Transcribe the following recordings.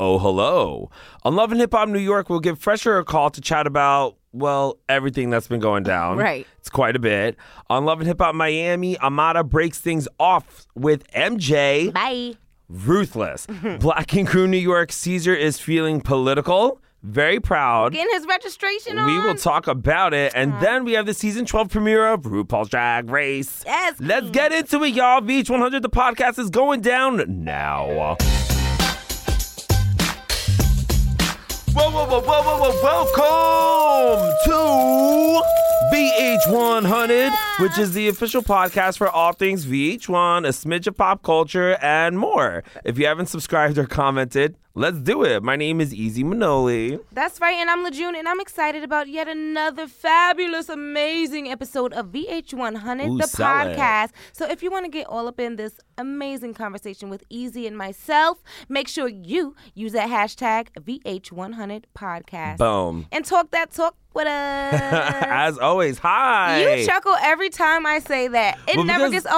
Oh, hello. On Love and Hip Hop New York, we'll give Fresher a call to chat about, well, everything that's been going down. Right. It's quite a bit. On Love and Hip Hop Miami, Amada breaks things off with MJ. Bye. Ruthless. Black and Crew New York, Caesar is feeling political. Very proud. Getting his registration on. We will talk about it. And then we have the season 12 premiere of RuPaul's Drag Race. Yes, Let's get into it, y'all. VH100, the podcast is going down now. Whoa, whoa, whoa, whoa, whoa, whoa. Welcome to VH100, which is the official podcast for all things VH1, a smidge of pop culture, and more. If you haven't subscribed or commented, let's do it. My name is Easy Manoli. That's right, and I'm Lejeune, and I'm excited about yet another fabulous, amazing episode of VH100, Ooh, the sell it. podcast. So if you want to get all up in this amazing conversation with Easy and myself, make sure you use that hashtag VH100podcast Boom. and talk that talk with us. As always, hi. You chuckle every time I say that. It Well, never because- gets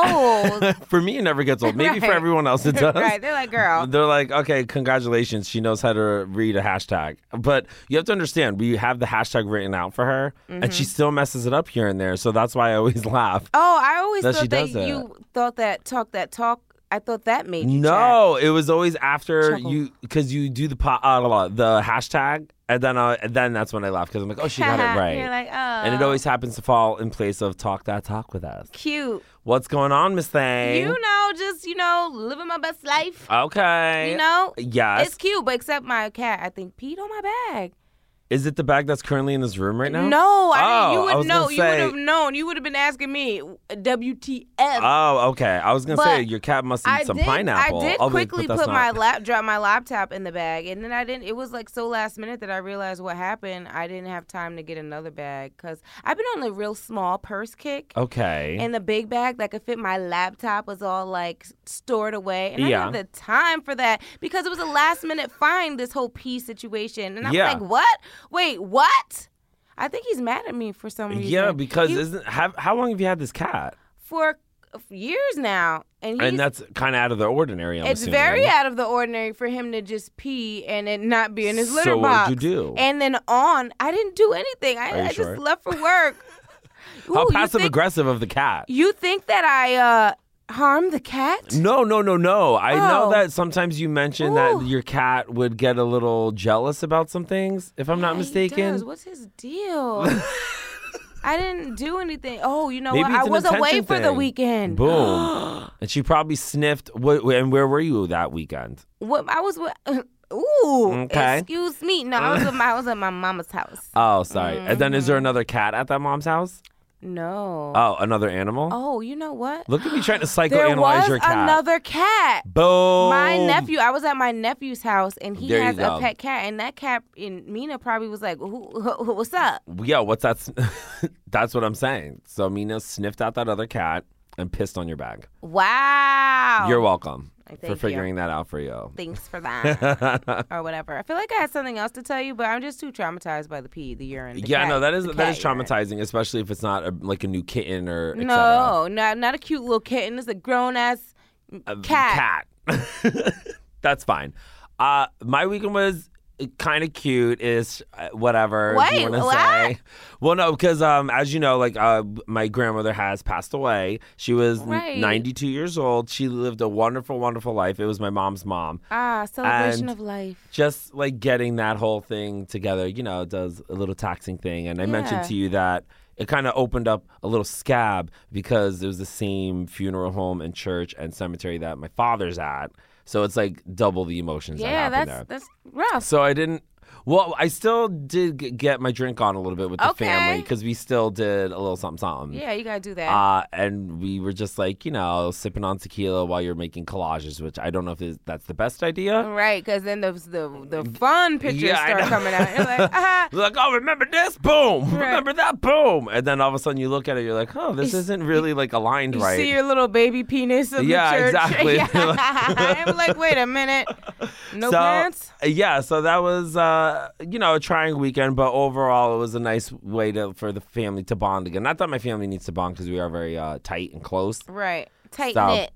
old. for me, it never gets old. Maybe for Right. everyone else, it does. right? They're like, girl. They're like, okay, congratulations. She knows how to read a hashtag. But you have to understand, we have the hashtag written out for her, and Mm-hmm. she still messes it up here and there. So that's why I always laugh. Oh, I always That she thought that does that. you thought that talk that talk. I thought that made you chuckle. No, it was always after Chuckle. you because you do the po- uh, the hashtag, and then uh, and then that's when I laugh because I'm like, oh, she got it right. You're like, oh. and it always happens to fall in place of talk that talk with us. "Oh, cute. What's going on, Miss Thang? You know, just you know, living my best life. okay. You know, Yes. it's cute, but except my cat, I think peed on my bag. Is it the bag that's currently in this room right now? No, I Oh, didn't. You I would was know. gonna you would say- have known. You would have been asking me, WTF? Oh, okay. I was gonna say But your cat must eat I some did. pineapple. I did Oh, wait, quickly but that's put my not- lap, drop my laptop in the bag, and then I didn't. It was like so last minute that I realized what happened. I didn't have time to get another bag because I've been on a real small purse kick. Okay. And the big bag that could fit my laptop was all like stored away. And Yeah. I didn't have the time for that because it was a last minute find, this whole pee situation. And I'm Yeah. like, what? Wait, what? I think he's mad at me for some reason. yeah, because He- isn't have, how long have you had this cat? for uh, years now. And, he's, And that's kind of out of the ordinary. I'm it's assuming. very out of the ordinary for him to just pee and it not be in his litter So box. what did you do? And then on, I didn't do anything. I, Are you I sure? just left for work. Ooh, How you passive think- aggressive of the cat. You think that I uh, harmed the cat? No, no, no, no. I know Oh. that sometimes you mentioned Ooh. that your cat would get a little jealous about some things, if I'm not Yeah, he mistaken. does. What's his deal? I didn't do anything. Oh, you know Maybe what? it's I an was away attention for the thing. weekend. Boom. and she probably sniffed. What, and where were you that weekend? What I was with. Ooh, Okay. excuse me. No, I was at my I was at my mama's house. Oh, sorry. And then is there Mm. another cat at that mom's house? No. Oh, another animal? oh, you know what? Look at me trying to there psychoanalyze was your cat. another cat. Boom. My nephew. I was at my nephew's house, and he There you has go. a pet cat. And that cat in Mina probably was like, who, who- who- "What's up?" Yeah, what's that? s- That's what I'm saying. So Mina sniffed out that other cat and pissed on your bag. Wow. You're welcome Oh. Thank for you. figuring that out for you. Thanks for that. or whatever. I feel like I had something else to tell you, but I'm just too traumatized by the pee, the urine. the yeah, cat- no, that is the that is cat urine. traumatizing, especially if it's not a, like a new kitten or et cetera. No, not not a cute little kitten. It's a grown ass A cat. Um, Cat. That's fine. Uh, my weekend was kind of cute is uh, whatever if you Wait, want to what? say well no because um as you know like uh my grandmother has passed away she was n- Right. 92 years old she lived a wonderful wonderful life it was my mom's mom Ah, celebration And- of life. just like getting that whole thing together, you know, it does a little taxing thing. And I mentioned Yeah. to you that it kind of opened up a little scab because it was the same funeral home and church and cemetery that my father's at. So it's like double the emotions that Yeah, happen that's there. that's rough. So I didn't. Well, I still did g- get my drink on a little bit with the Okay. family because we still did a little something, something. Yeah, you gotta do that. Uh, and we were just like, you know, sipping on tequila while you're making collages, which I don't know if it's- that's the best idea. Right, because then the, the the fun pictures Yeah, I start know. coming out. You're like, ah, You're like, oh, remember this? Boom. Right. Remember that? Boom. And then all of a sudden you look at it, you're like, oh, this It's- isn't really like aligned you right. see your little baby penis in Yeah, the church. exactly. Yeah. I'm like, wait a minute, no so, pants. Yeah, so that was uh, you know a trying weekend, but overall it was a nice way to for the family to bond again. Not that my family needs to bond because we are very uh, tight and close. Right, tighten So- it.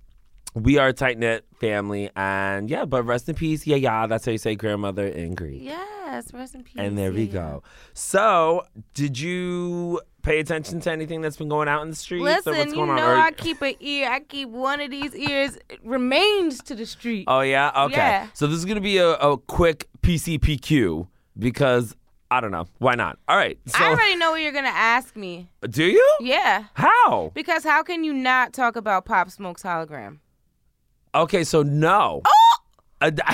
we are a tight knit family, and yeah. But rest in peace, yeah, yeah. That's how you say grandmother in Greek. Yes, rest in peace. And there we yeah, yeah. go. So, did you pay attention to anything that's been going out in the streets? Listen, or what's you going know on? Or- I keep an ear. I keep one of these ears it remains to the street. Oh yeah. Okay. Yeah. So this is gonna be a, a quick PCPQ because I don't know why not. All right. So I already know what you're gonna ask me. do you? Yeah, How? because how can you not talk about Pop Smoke's hologram? Okay. So no. Oh! Uh, d-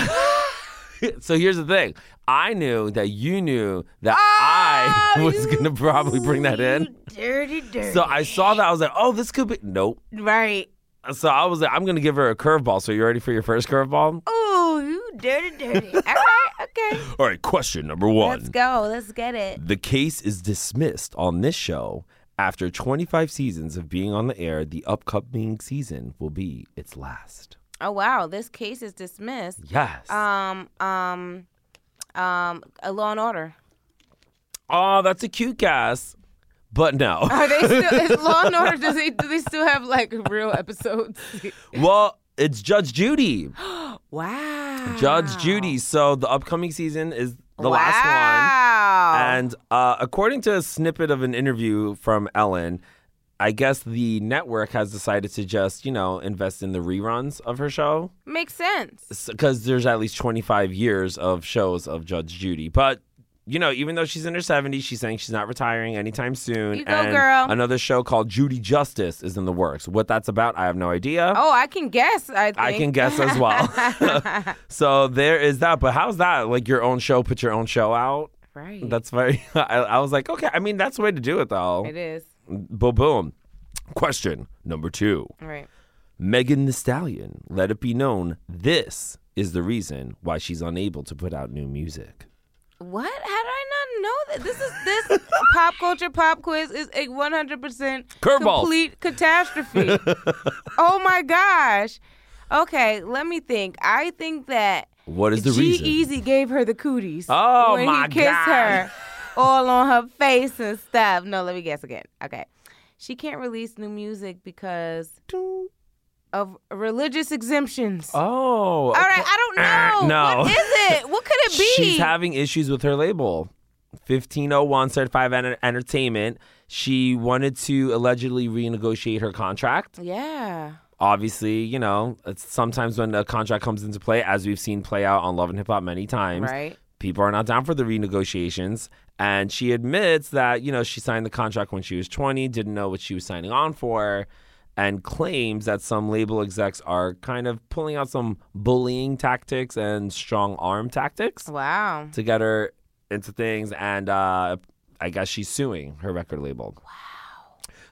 so here's the thing. I knew that you knew that I Oh, was you- gonna probably bring that in. You Dirty, dirty. So I saw that I was like, oh, this could be nope. right. So I was like, I'm gonna give her a curveball. So you ready for your first curveball? Oh, you dirty, dirty. All right, okay. All right. Question number one. Let's go. Let's get it. The case is dismissed on this show. After 25 seasons of being on the air, the upcoming season will be its last. Oh wow, this case is dismissed. Yes. Um, um, um, a Law and Order. oh, that's a cute guess. But no. Are they still? Is Law and Order? Does they do they still have like real episodes? well, it's Judge Judy. wow. Judge Judy. So the upcoming season is the wow. last one. Wow. And uh, according to a snippet of an interview from Ellen, I guess the network has decided to just, you know, invest in the reruns of her show. Makes sense. because there's at least 25 years of shows of Judge Judy. But you know, even though she's in her 70s, she's saying she's not retiring anytime soon. You go, and girl. Another show called Judy Justice is in the works. What that's about, I have no idea. Oh, I can guess. I think. I can guess as well. so there is that. But how's that? Like your own show, put your own show out. right. That's very. I, I was like, okay. I mean, that's the way to do it, though. it is. Boom, boom. Question number two. Right. Megan the Stallion let it be known this is the reason why she's unable to put out new music. What? How did I not know that? This is this pop culture pop quiz is a 100% Curveball. complete catastrophe. oh my gosh. Okay, let me think. I think that What is the G reason? Easy gave her the cooties. Oh when my he kissed God. her all on her face and stuff. No, let me guess again. Okay. She can't release new music because of religious exemptions. Oh, all right, I Uh, don't know. no. What is it? What could it be? she's having issues with her label. 1501 Certified Enter- Entertainment. She wanted to allegedly renegotiate her contract. yeah. Obviously, you know, it's sometimes when a contract comes into play, as we've seen play out on Love and Hip Hop many times, Right. people are not down for the renegotiations. And she admits that, you know, she signed the contract when she was 20, didn't know what she was signing on for, and claims that some label execs are kind of pulling out some bullying tactics and strong arm tactics Wow. to get her into things. And uh, I guess she's suing her record label. Wow.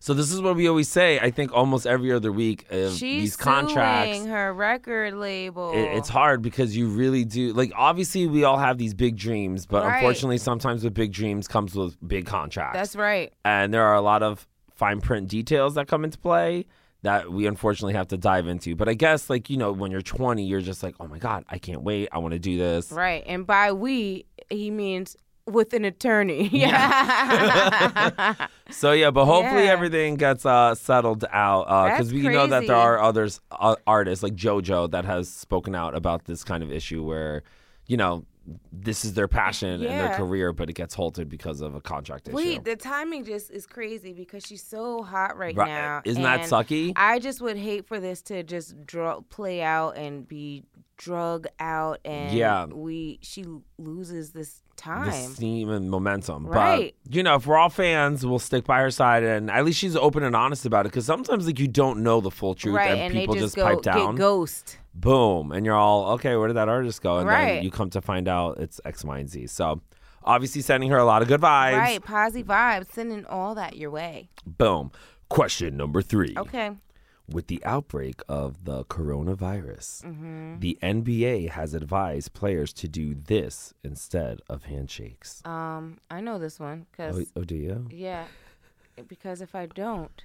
So this is what we always say, I think almost every other week of She's these contracts. suing her record label. it, it's hard because you really do like obviously we all have these big dreams but Right. unfortunately sometimes with big dreams comes with big contracts that's right. and there are a lot of fine print details that come into play that we unfortunately have to dive into but i guess like you know when you're 20 you're just like oh my god i can't wait i want to do this Right. And by we, he means with an attorney. Yeah. Yeah. so yeah but hopefully Yeah. everything gets uh, settled out because That's we know that there crazy. are others uh, artists like jojo that has spoken out about this kind of issue where you know this is their passion and their Yeah. career but it gets halted because of a contract issue Wait, the timing just is crazy because she's so hot right, Right. now. isn't that and sucky I just would hate for this to just dr- play out and be drug out and Yeah. we she loses this the time. steam and momentum. Right. But you know, if we're all fans, we'll stick by her side, and at least she's open and honest about it. Because sometimes, like, you don't know the full truth, right, and, and people they just, just, go pipe down, get ghost. boom, and you're all okay. Where did that artist go? And then Right. you come to find out it's X, Y, and Z. So. Obviously, sending her a lot of good vibes. Right, posy vibes, sending all that your way. Boom. Question number three. Okay. With the outbreak of the coronavirus, hmm the NBA has advised players to do this instead of handshakes. Um, I know this one because Oh, oh do you? yeah, because if I don't,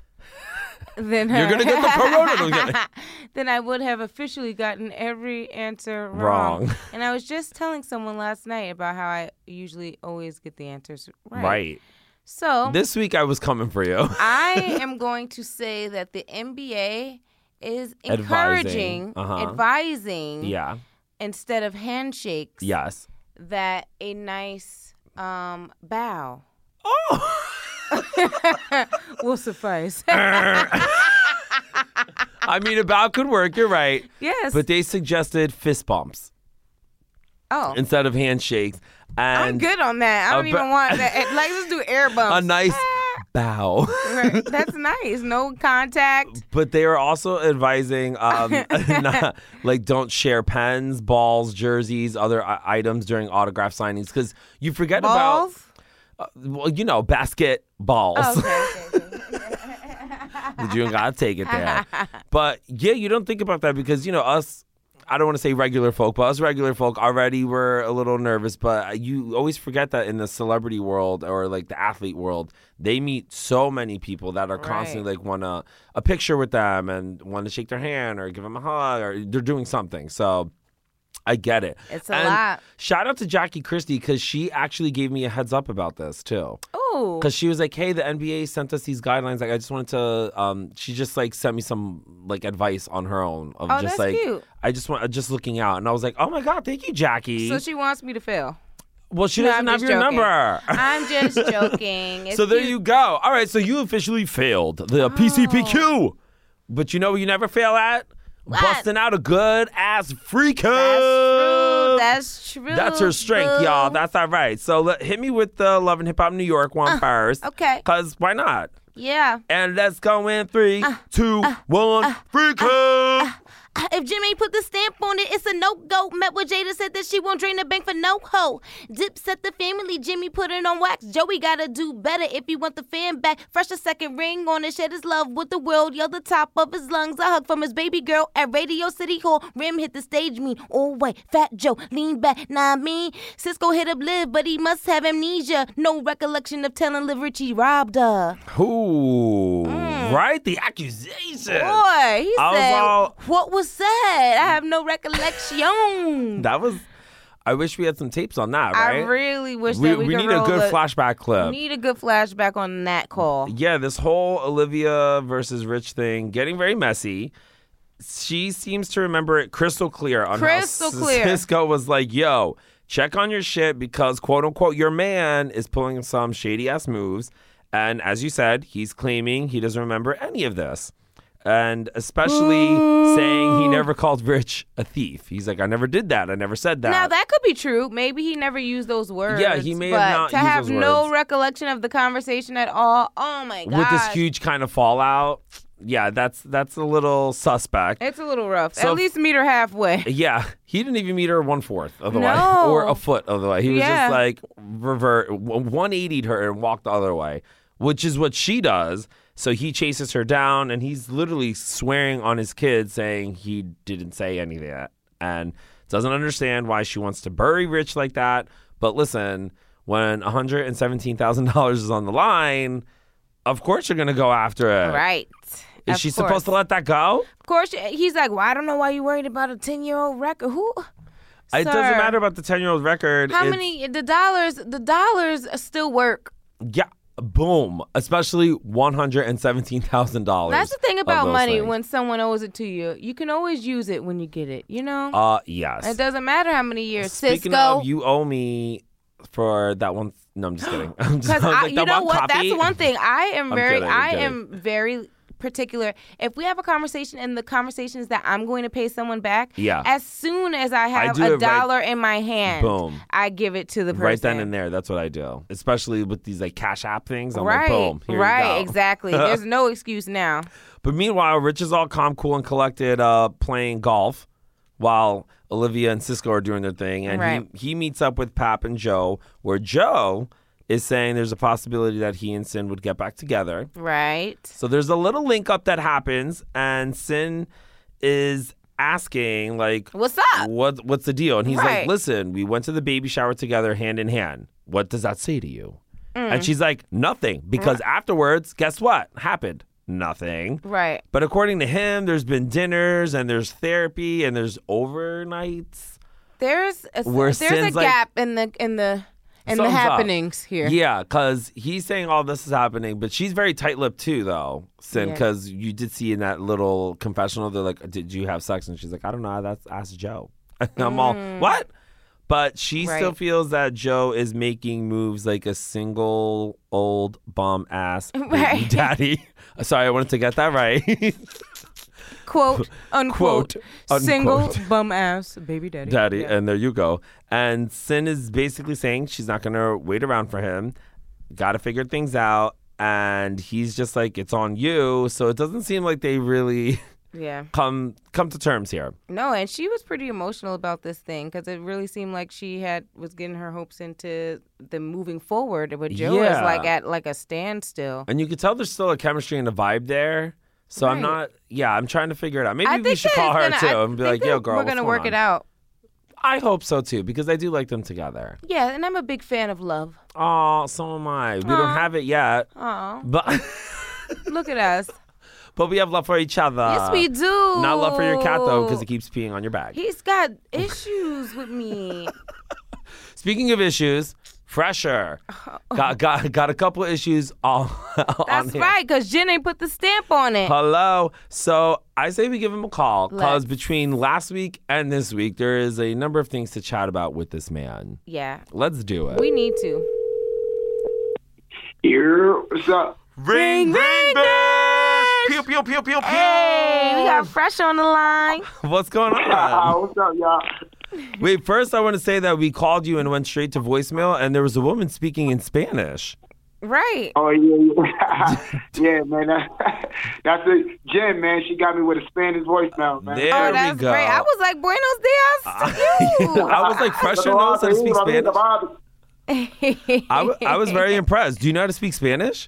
then You're gonna get the corona, don't you? then I would have officially gotten every answer wrong. Wrong. And I was just telling someone last night about how I usually always get the answers right. Oh. Mm-hmm. right. So This week I was coming for you. I am going to say that the NBA is Advising. encouraging, advising, Uh-huh. Yeah. instead of handshakes, Yes. that a nice um, bow Oh. will suffice. I mean, a bow could work. You're right. yes. But they suggested fist bumps oh, instead of handshakes. And I'm good on that. I don't a even ba- want that. Like, let's do air a bumps. nice ah. bow. Right. That's nice. No contact. But they are also advising, um, not, like, don't share pens, balls, jerseys, other i- items during autograph signings because you forget Balls. about, well, you know, basket balls. Oh, okay, okay, okay. that you ain't gotta take it there. But yeah, you don't think about that because you know us. I don't want to say regular folk, but us regular folk already were a little nervous. But you always forget that in the celebrity world or like the athlete world, they meet so many people that are constantly like want to a picture with them and want to shake their hand or give them a hug or they're doing something. So I get it. It's a And lot. Shout out to Jackie Christie because she actually gave me a heads up about this too. Ooh. Because she was like, "Hey, the NBA sent us these guidelines. Like, I just wanted to." Um, she just like sent me some like advice on her own of Oh, just that's like cute. I just want just looking out, and I was like, "Oh my god, thank you, Jackie." So she wants me to fail. well, she No, doesn't I'm have just your joking. number. I'm just joking. It's so there cute. Oh. you go. All right, so you officially failed the PCPQ, but you know what you never fail at busting out a good ass free code. That's true. That's true. That's her strength, boo. y'all. That's all right. So let, hit me with the Love and Hip Hop New York one first. Uh-huh. okay. Because why not? yeah. And let's go in three, Uh, two, one, free code. If Jimmy put the stamp on it, it's a no go. Met with Jada said that she won't drain the bank for no hoe. Dip set the family, Jimmy put it on wax. Joey gotta do better if he want the fan back. Fresh a second ring on it, shed his love with the world. Yell the top of his lungs. A hug from his baby girl at Radio City Hall. Rim hit the stage, mean all white. Fat Joe, lean back, nah me. Cisco hit up live, but he must have amnesia. No recollection of telling Liv Richie robbed her. Ooh, Mm. right? The accusation. Boy, he I was said, all- "What was said? I have no recollection." That was. I wish we had some tapes on that, I right? really wish we that we, we could need a roll good a, flashback clip. Need a good flashback on that call. yeah, this whole Olivia versus Rich thing getting very messy. She seems to remember it crystal clear on Crystal how clear. Cisco was like, "Yo, check on your shit because quote unquote your man is pulling some shady ass moves." And as you said, he's claiming he doesn't remember any of this. And especially saying he never called Rich a thief. He's like, I never did that. I never said that. Now that could be true. Maybe he never used those words. Yeah, he may have but not to used have those no words. recollection of the conversation at all. Oh my gosh, With this huge kind of fallout, yeah, that's that's a little suspect. it's a little rough. So- at least meet her halfway. Yeah, he didn't even meet her one fourth of the No. way, or a foot of the way. He was Yeah. just like revert, one eightied her and walked the other way, which is what she does. So he chases her down, and he's literally swearing on his kid, saying he didn't say any of that, and doesn't understand why she wants to bury Rich like that. But listen, when one hundred and seventeen thousand dollars is on the line, of course you're gonna go after it. Right. Is of she course. supposed to let that go? Of course, he's like, "Well, I don't know why you worried about a ten-year-old record. Who? It doesn't Sir, matter about the ten year old record. How It's- many? The dollars. The dollars still work. Yeah, boom. Especially one hundred and seventeen thousand dollars. That's the thing about money. When someone owes it to you, you can always use it when you get it. You know, uh yes. it doesn't matter how many years. Speaking Cisco, of, you owe me for that one. No, I'm just kidding. I'm just, because I was I like, you that know one what? copy? That's one thing. I am very, kidding, I'm I kidding. am very particular. If we have a conversation and the conversation is that I'm going to pay someone back, Yeah. as soon as I have do it a right- dollar in my hand, Boom. I give it to the person. Right then and there, that's what I do. Especially with these like cash app things. I'm right, like, boom, here right, you go. exactly. There's no excuse now. But meanwhile, Rich is all calm, cool, and collected, uh, playing golf while Olivia and Cisco are doing their thing. And Right. he, he meets up with Pap and Joe, where Joe is saying there's a possibility that he and Sin would get back together. Right. So there's a little link up that happens, and Sin is asking, like, What's up? what what's the deal? And he's like, Right. listen, we went to the baby shower together hand in hand. What does that say to you? Mm. And she's like, nothing. Because afterwards, guess what happened? Nothing. Right. But according to him, there's been dinners and there's therapy and there's overnights. There's a, Where there's a Sin's like- gap in the in the and the Something's up. happenings here. Yeah, because he's saying all this is happening, but she's very tight lipped too, though, Sin, Yeah. because you did see in that little confessional, they're like, Did you have sex? And she's like, I don't know. That's Ask Joe. And I'm all, What? But she still Mm. Right. feels that Joe is making moves like a single old bum ass baby Right. daddy. Sorry, I wanted to get that right. Quote unquote. unquote. Single bum ass baby daddy. daddy, Yeah. and there you go. And Sin is basically saying she's not gonna wait around for him. Got to figure things out, and he's just like, "It's on you." So it doesn't seem like they really yeah. come come to terms here. No, and she was pretty emotional about this thing because it really seemed like she had was getting her hopes into the moving forward, but Joe Yeah. is like at like a standstill. And you could tell there's still a chemistry and a vibe there. So I'm Right. not. Yeah, I'm trying to figure it out. Maybe I we think should that call it's her gonna- too I and be think like, that "Yo, girl, we're what's gonna going work on?" it out. I hope so too because I do like them together. Yeah, and I'm a big fan of love. Oh, so am I. We don't Aw. have it yet, Oh, but look at us. but we have love for each other. yes, we do. Uh, Not love for your cat though, because it keeps peeing on your bag. He's got issues with me. Speaking of issues, fresher got got got a couple issues all on That's here. right, because Jen ain't put the stamp on it. Hello. So I say we give him a call because Let's. between last week and this week, there is a number of things to chat about with this man. Yeah, Let's do it. we need to. Here, what's up? ring, ring, bells. Pew, pew, pew, pew, pew. Hey, we got Fresh on the line. What's going Uh, on? what's up, y'all? Wait, first I want to say that we called you and went straight to voicemail, and there was a woman speaking in Spanish. Right. Oh yeah, yeah, yeah, man. That, that's it. Jen, man, she got me with a Spanish voicemail, man. There oh, that's we go. great. I was like, Buenos I was like, fresher knows how to speak Spanish. dias to you. I, w- I was very impressed. Do you know how to speak Spanish?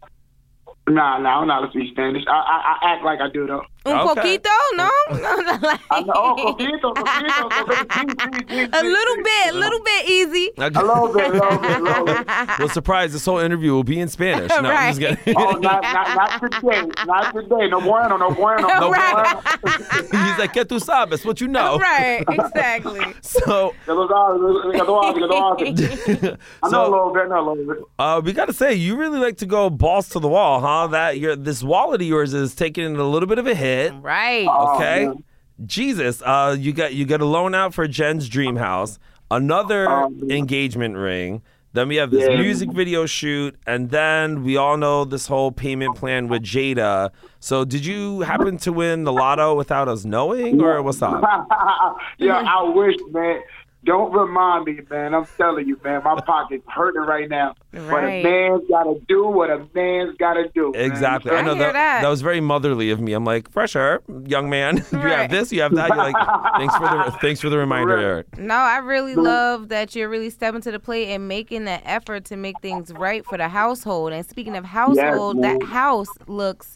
Nah, nah, I don't know how to speak Spanish. I, I, I act like I do though. Un Okay. poquito, no? No, like- I know, oh, poquito, poquito, a little bit, a little bit easy. A little bit, a little bit, a little bit. Well, surprise, this whole interview will be in Spanish. No, I'm just Right. kidding. Oh, not, not, not today, not today. No bueno, no bueno, no Right. bueno. He's like, get tu sabes, what you know. Right, exactly. So, Que lo sabes, que lo sabes, que lo sabes. I know a so little bit, I know a little bit. uh, we got to say, you really like to go balls to the wall, huh? That your this wallet of yours is taking a little bit of a hit. Right. Oh, Okay. man. Jesus, uh, you got you got a loan out for Jen's dream house, another Oh, man. engagement ring. Then we have this Yeah. music video shoot, and then we all know this whole payment plan with Jada. So, did you happen to win the lotto without us knowing, or what's up? yeah, I wish, man. Don't remind me, man. I'm telling you, man. My pocket's hurting right now. But a Right. man's got to do what a man's got to do. man. Exactly. I know I hear that, that. was very motherly of me. I'm like, fresher, young man. you have Right. this, you have that. You're like, thanks for the thanks for the reminder, Right. Eric. No, I really love that you're really stepping to the plate and making that effort to make things right for the household. And speaking of household, that ma'am. house looks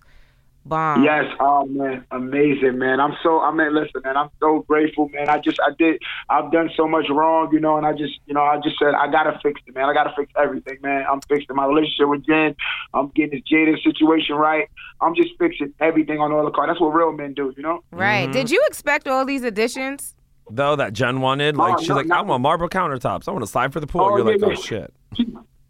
bomb. Yes, oh man, amazing, man. I'm so, I mean, listen, man, I'm so grateful, man. I just, I did, I've done so much wrong, you know, and I just, you know, I just said, I gotta fix it, man. I gotta fix everything, man. I'm fixing my relationship with Jen. I'm getting this Jada situation right. I'm just fixing everything on all the car. That's what real men do, you know? Right. Mm-hmm. Did you expect all these additions? Though that Jen wanted, like, Oh, she's no, like, no. I want marble countertops. I want to slide for the pool. Oh, You're yeah, like, oh yeah. shit.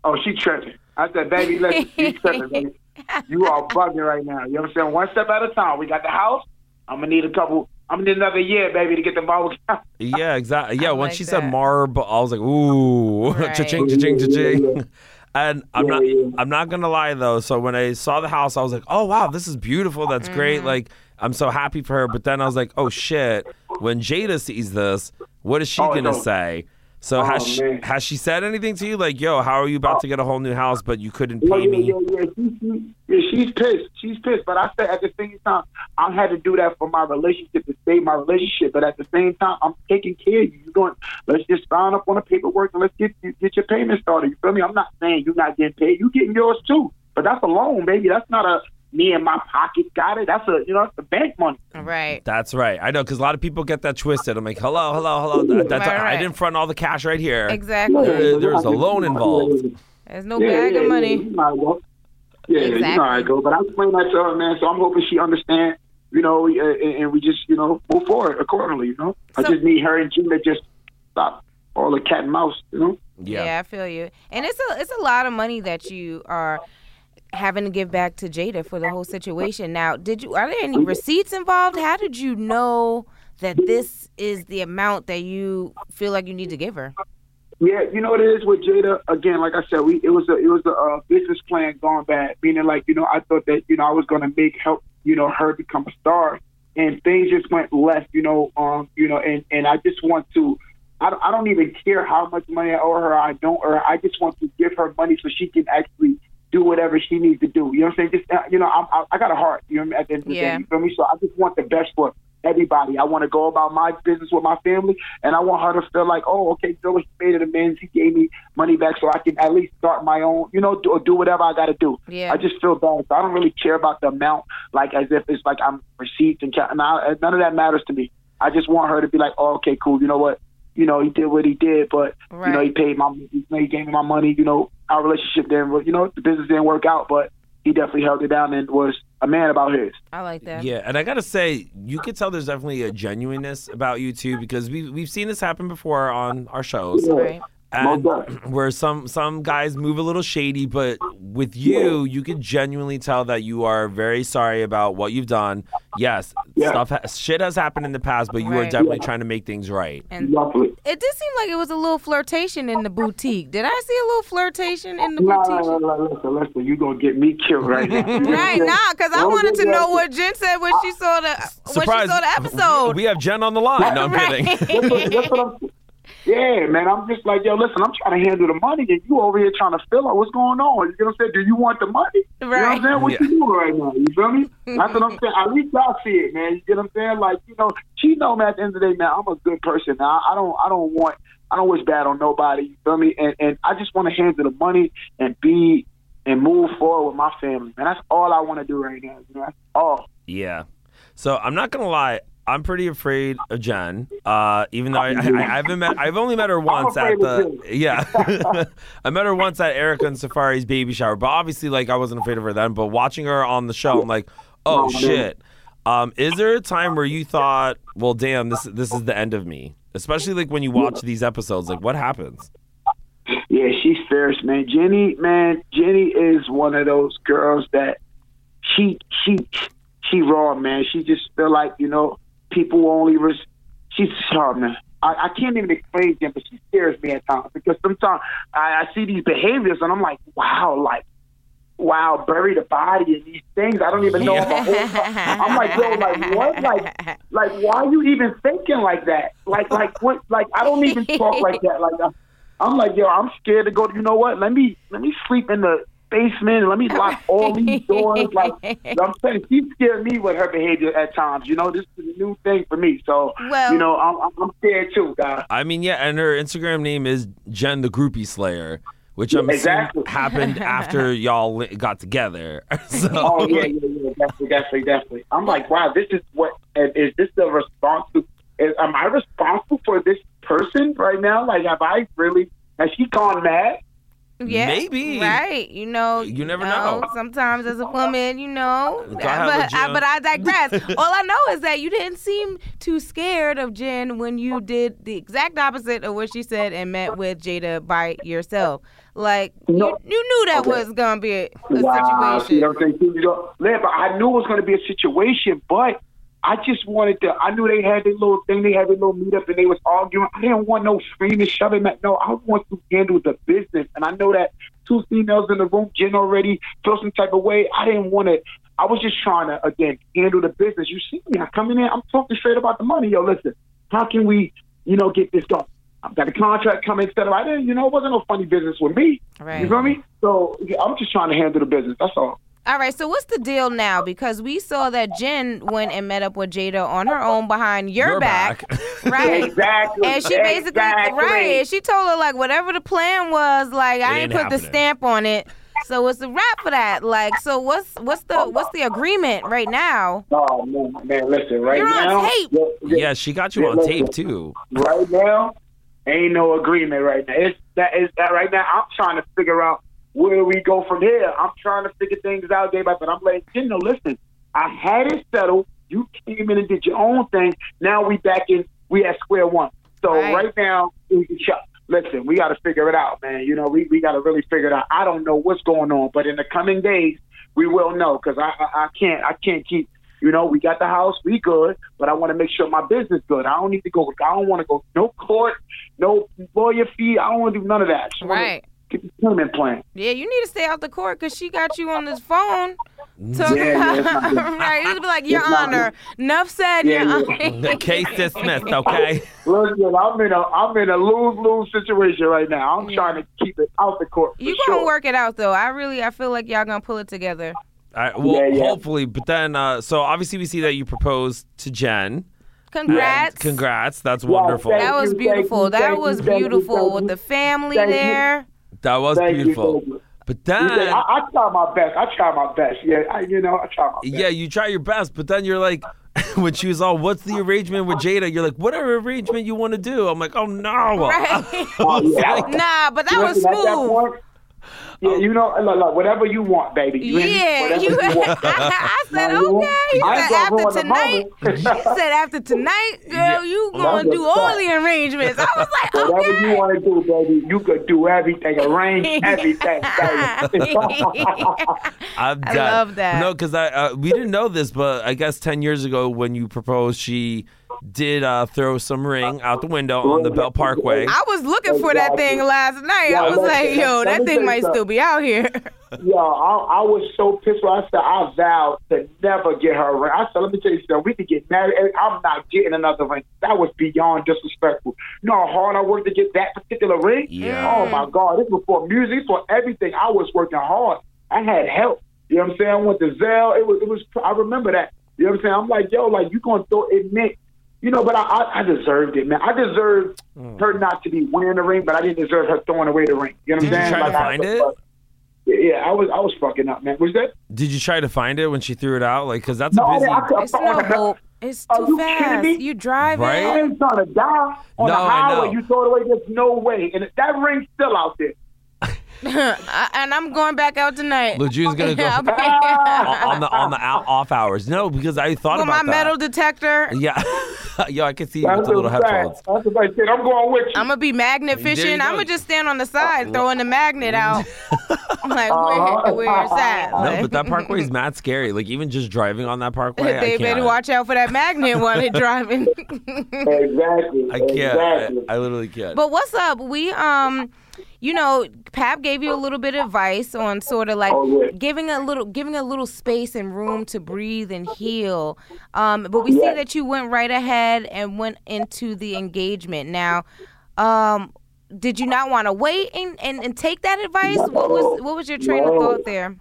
Oh, she tripping. I said, baby, listen, she tripping, baby. You are bugging right now. You know what I'm saying? One step at a time. We got the house. I'm gonna need a couple. I'm gonna need another year, baby, to get the ball. Yeah, exactly. Yeah, I when like she said that. marble, I was like, ooh, Right. cha-ching, cha-ching, Yeah, yeah. cha-ching. And I'm Yeah, not, yeah. I'm not gonna lie though. So when I saw the house, I was like, "Oh wow, this is beautiful. That's Mm. great. Like, I'm so happy for her." But then I was like, "Oh shit!" When Jada sees this, what is she Oh, gonna no. say? So Oh, has she, man. has she said anything to you like, "Yo, how are you about to get a whole new house, but you couldn't pay Yeah, yeah, me?" yeah, yeah. She, she, yeah, she's pissed. She's pissed. But I said at the same time, I had to do that for my relationship to save my relationship. But at the same time, I'm taking care of you. You're going. Let's just sign up on the paperwork and let's get you- get your payment started. You feel me? I'm not saying you're not getting paid. You getting yours too. But that's a loan, baby. That's not a me and my pocket got it. That's a you know, that's the bank money. Right. That's right. I know because a lot of people get that twisted. I'm like, "Hello, hello, hello." That- that's- Right, I right. didn't front all the cash right here. Exactly. There- there's a loan involved. There's no bag of You money. might go. Yeah, you know Exactly. how it go. But I explained that to her, man. So I'm hoping she understands, you know, uh, and, and we just, you know, move forward accordingly. You know, I So- just need her and Jim to just stop all the cat and mouse, you know? Yeah. I feel you. And it's a it's a lot of money that you are having to give back to Jada for the whole situation. Now, did you are there any receipts involved? How did you know that this is the amount that you feel like you need to give her? Yeah, you know what it is with Jada. Again, like I said, we it was a it was a uh, business plan gone bad. Meaning, like you know, I thought that you know I was gonna make help you know her become a star, and things just went left. You know, um, you know, and and I just want to. I don't, I don't even care how much money I owe her. I don't, or I just want to give her money so she can actually do whatever she needs to do. You know what I'm saying? Just uh, you know, I'm, I, I got a heart. You know, what I mean, at the end of the Yeah. day, you feel me? So I just want the best for everybody. I want to go about my business with my family, and I want her to feel like, oh, okay, Joe, he made an amends. He gave me money back, so I can at least start my own. You know, do, or do whatever I got to do. Yeah. I just feel bad. So I don't really care about the amount, like as if it's like I'm received and count. Nah, uh, none of that matters to me. I just want her to be like, oh, okay, cool. You know what? You know, he did what he did, but you know, he Right. paid my, you know, he gave me my money. You know, our relationship didn't, work- you know, the business didn't work out, but he definitely held it down and was a man about his. I like that. Yeah, and I gotta say, you could tell there's definitely a genuineness about you too, because we we've seen this happen before on our shows, Right. and Most definitely. where some some guys move a little shady, but with you, you could genuinely tell that you are very sorry about what you've done. Yes, Yeah. stuff ha- shit has happened in the past, but you are Right. definitely trying to make things right. And Definitely. it did seem like it was a little flirtation in the boutique. Did I see a little flirtation in the No, boutique? no, no, no, listen, listen, you gonna get me killed right now. Right, nah, because I Don't wanted do to that. know what Jen said when she saw the when she Surprise! saw the episode. We have Jen on the line. No, I'm kidding. Right. That's what, that's what I'm. Yeah, man, I'm just like, yo, listen, I'm trying to handle the money, and you over here trying to fill out what's going on. You know what I'm saying? Do you want the money? Right. You know what I'm saying? What Yeah. you doing right now? You feel me? That's what I'm saying. At least y'all see it, man. You get what I'm saying? Like, you know, she know, man. At the end of the day, man, I'm a good person. Now, I don't, I don't want, I don't wish bad on nobody. You feel me? And and I just want to handle the money and be and move forward with my family, man. That's all I want to do right now. You know, that's all. Yeah. So I'm not gonna lie. I'm pretty afraid of Jen. Uh, even though I, I, I haven't met, I've only met her once at afraid of the yeah. I met her once at Erica and Safari's baby shower, but obviously, like I wasn't afraid of her then. But watching her on the show, I'm like, oh Oh, man. shit. Um, is there a time where you thought, well, damn, this this is the end of me? Especially like when you watch these episodes, like what happens? Yeah, she's fierce, man. Jenny, man, Jenny is one of those girls that she she she raw, man. She just feel like you know people only. Res- she's sharp, man. I, I can't even explain Jen, but she scares me at times because sometimes I, I see these behaviors and I'm like, wow, like wow, bury the body in these things. I don't even know if I'm. I'm like, yo, like what, like like, why you even thinking like that? Like, like what? Like, I don't even talk like that. Like, I'm, I'm like, yo, I'm scared to go. You know what? Let me let me sleep in the basement. and Let me lock all these doors. Like, I'm saying, she scared me with her behavior at times. You know, this is a new thing for me. So, Well- you know, I'm, I'm- I'm scared too, guys. I mean, yeah, and her Instagram name is Jen the Groupie Slayer, which I'm Exactly. assuming happened after y'all li- got together. so, Oh yeah, yeah, yeah, definitely, definitely, definitely. I'm like, wow, this is what is this the response to? Is, am I responsible for this person right now? Like, have I really? Has she gone mad? yeah, Maybe. right. You know, You never know. Sometimes as a woman, you know, Gotta but have a I, Jen. but I digress. All I know is that you didn't seem too scared of Jen when you did the exact opposite of what she said and met with Jada by yourself. Like No. you, you knew that Okay. was gonna be a, a Wow, see situation. what I'm saying? You know, man, but I knew it was going to be a situation, but I just wanted to. I knew they had their little thing. They had their little meetup, and they was arguing. I didn't want no screaming, shoving. At, no, I want to handle the business, and I know that two females in the room, Jen already felt some type of way. I didn't want to. I was just trying to again handle the business. You see me? I'm coming in. I'm talking straight about the money. Yo, listen, how can we, you know, get this done? I've got a contract coming, et cetera. I didn't, you know, it wasn't no funny business with me. You Right. feel me? So yeah, I'm just trying to handle the business. That's all. All right, so what's the deal now? Because we saw that Jen went and met up with Jada on her own behind your, Your back, back. right? Exactly. And she basically Exactly. right. And she told her like whatever the plan was, like I ain't ain't put the happening. stamp on it. So it's a wrap for that. Like, so what's what's the what's the agreement right now? Oh man, man, listen, right You're on now, tape. yeah, yeah, yeah, she got you on tape too. right now, ain't no agreement right now. It's that is that right now. I'm trying to figure out where we go from here. I'm trying to figure things out day by day. But I'm like, you know, listen, I had it settled. You came in and did your own thing. Now we back in. We at square one. So Right. right, now, we can shut. Listen, we got to figure it out, man. You know, we, we got to really figure it out. I don't know what's going on, but in the coming days, we will know because I, I I can't I can't keep. You know, we got the house, we good, but I want to make sure my business good. I don't need to go. I don't want to go no court, no lawyer fee. I don't want to do none of that. I just wanna Right. Get the tournament plan. Yeah, you need to stay out the court because she got you on this phone. Yeah, yeah, it's not good. right. You'd be like, Your It's not Honor, enough said, Yeah, Your yeah. Honor. The case dismissed, okay? Listen, I'm in a I'm in a lose lose situation right now. I'm Yeah. trying to keep it out the court. For You sure. gonna work it out though. I really, I feel like y'all gonna pull it together. All right, well, Yeah, yeah. hopefully. But then, uh, so obviously, we see that you proposed to Jen. Congrats. Congrats. That's Well, wonderful. thank That you, was thank beautiful. you, That thank was you, thank you, beautiful thank with you. the family Thank you. there. that was Thank you, beautiful. thank you. But You then, say, I, I try my best. I try my best. Yeah, I, you know, I try my best. yeah, you try your best. But then you're like, when she was all, what's the arrangement with Jada? You're like, whatever arrangement you want to do. I'm like, oh, no. Right. Oh, yeah. Nah, but that was Listen, at that smooth. point, Oh. yeah, you know, look, look, whatever you want, baby. You hear me? Yeah, whatever you. want. I said Now, you- okay. You I ain't said gonna after ruin the tonight. You moment. said after tonight, girl, Yeah. you That gonna was do tough. all the arrangements. I was like, Whatever okay. you want to do, baby, you could do everything, arrange everything, baby. I'm I dead. love that. No, because I uh, we didn't know this, but I guess ten years ago when you proposed, she did uh, throw some ring out the window on the Bell Parkway. I was looking for that thing last night. Yeah, I was listen, like, yo, that let me tell thing you might something. still be out here. Yo, I, I was so pissed when I said I vowed to never get her a ring. I said, let me tell you something. We could get married. and I'm not getting another ring. That was beyond disrespectful. You know how hard I worked to get that particular ring? Yeah. Oh, my God. This was for music, for everything. I was working hard. I had help. You know what I'm saying? I went to Zell. It was, it was, I remember that. You know what I'm saying? I'm like, yo, like, you going to throw it meant, you know, but I, I, I deserved it, man. I deserved her not to be wearing the ring, but I didn't deserve her throwing away the ring. You know what Did I'm you saying? try to Like, I- find it? yeah, yeah, I was I was fucking up, man. Was that? Did you try to find it when she threw it out? Like, because that's No, a I, busy. I, I, It's no hope. It's Are too you kidding fast. me? You driving. Right? I ain't trying to die No, on the I know. highway. You throw it away. There's no way, and that ring's still out there. I- and I'm going back out tonight. Look, Jude's gonna go I'll be- Ah, on the on the out, off hours. No, because I thought with my about metal that. detector. Yeah, yo, I can see you That's with the little fact. headphones. That's what I said. I'm going with you. I'm gonna be magnet There you fishing. go. Oh, I'm gonna just stand on the side throwing the magnet out. I'm like, where, Uh-huh. where's that? No, Like, but that parkway is mad scary. Like even just driving on that parkway, I they can't. better watch out for that magnet while they're driving. exactly. I can't. Exactly. I, I literally can't. But what's up? We um, you know, Pap gave you a little bit of advice on sort of like Oh, yeah. giving a little giving a little space and room to breathe and heal. Um, but we see Yeah. that you went right ahead and went into the engagement. Now, um, did you not want to wait and, and, and take that advice? What was what was your train of No. thought there?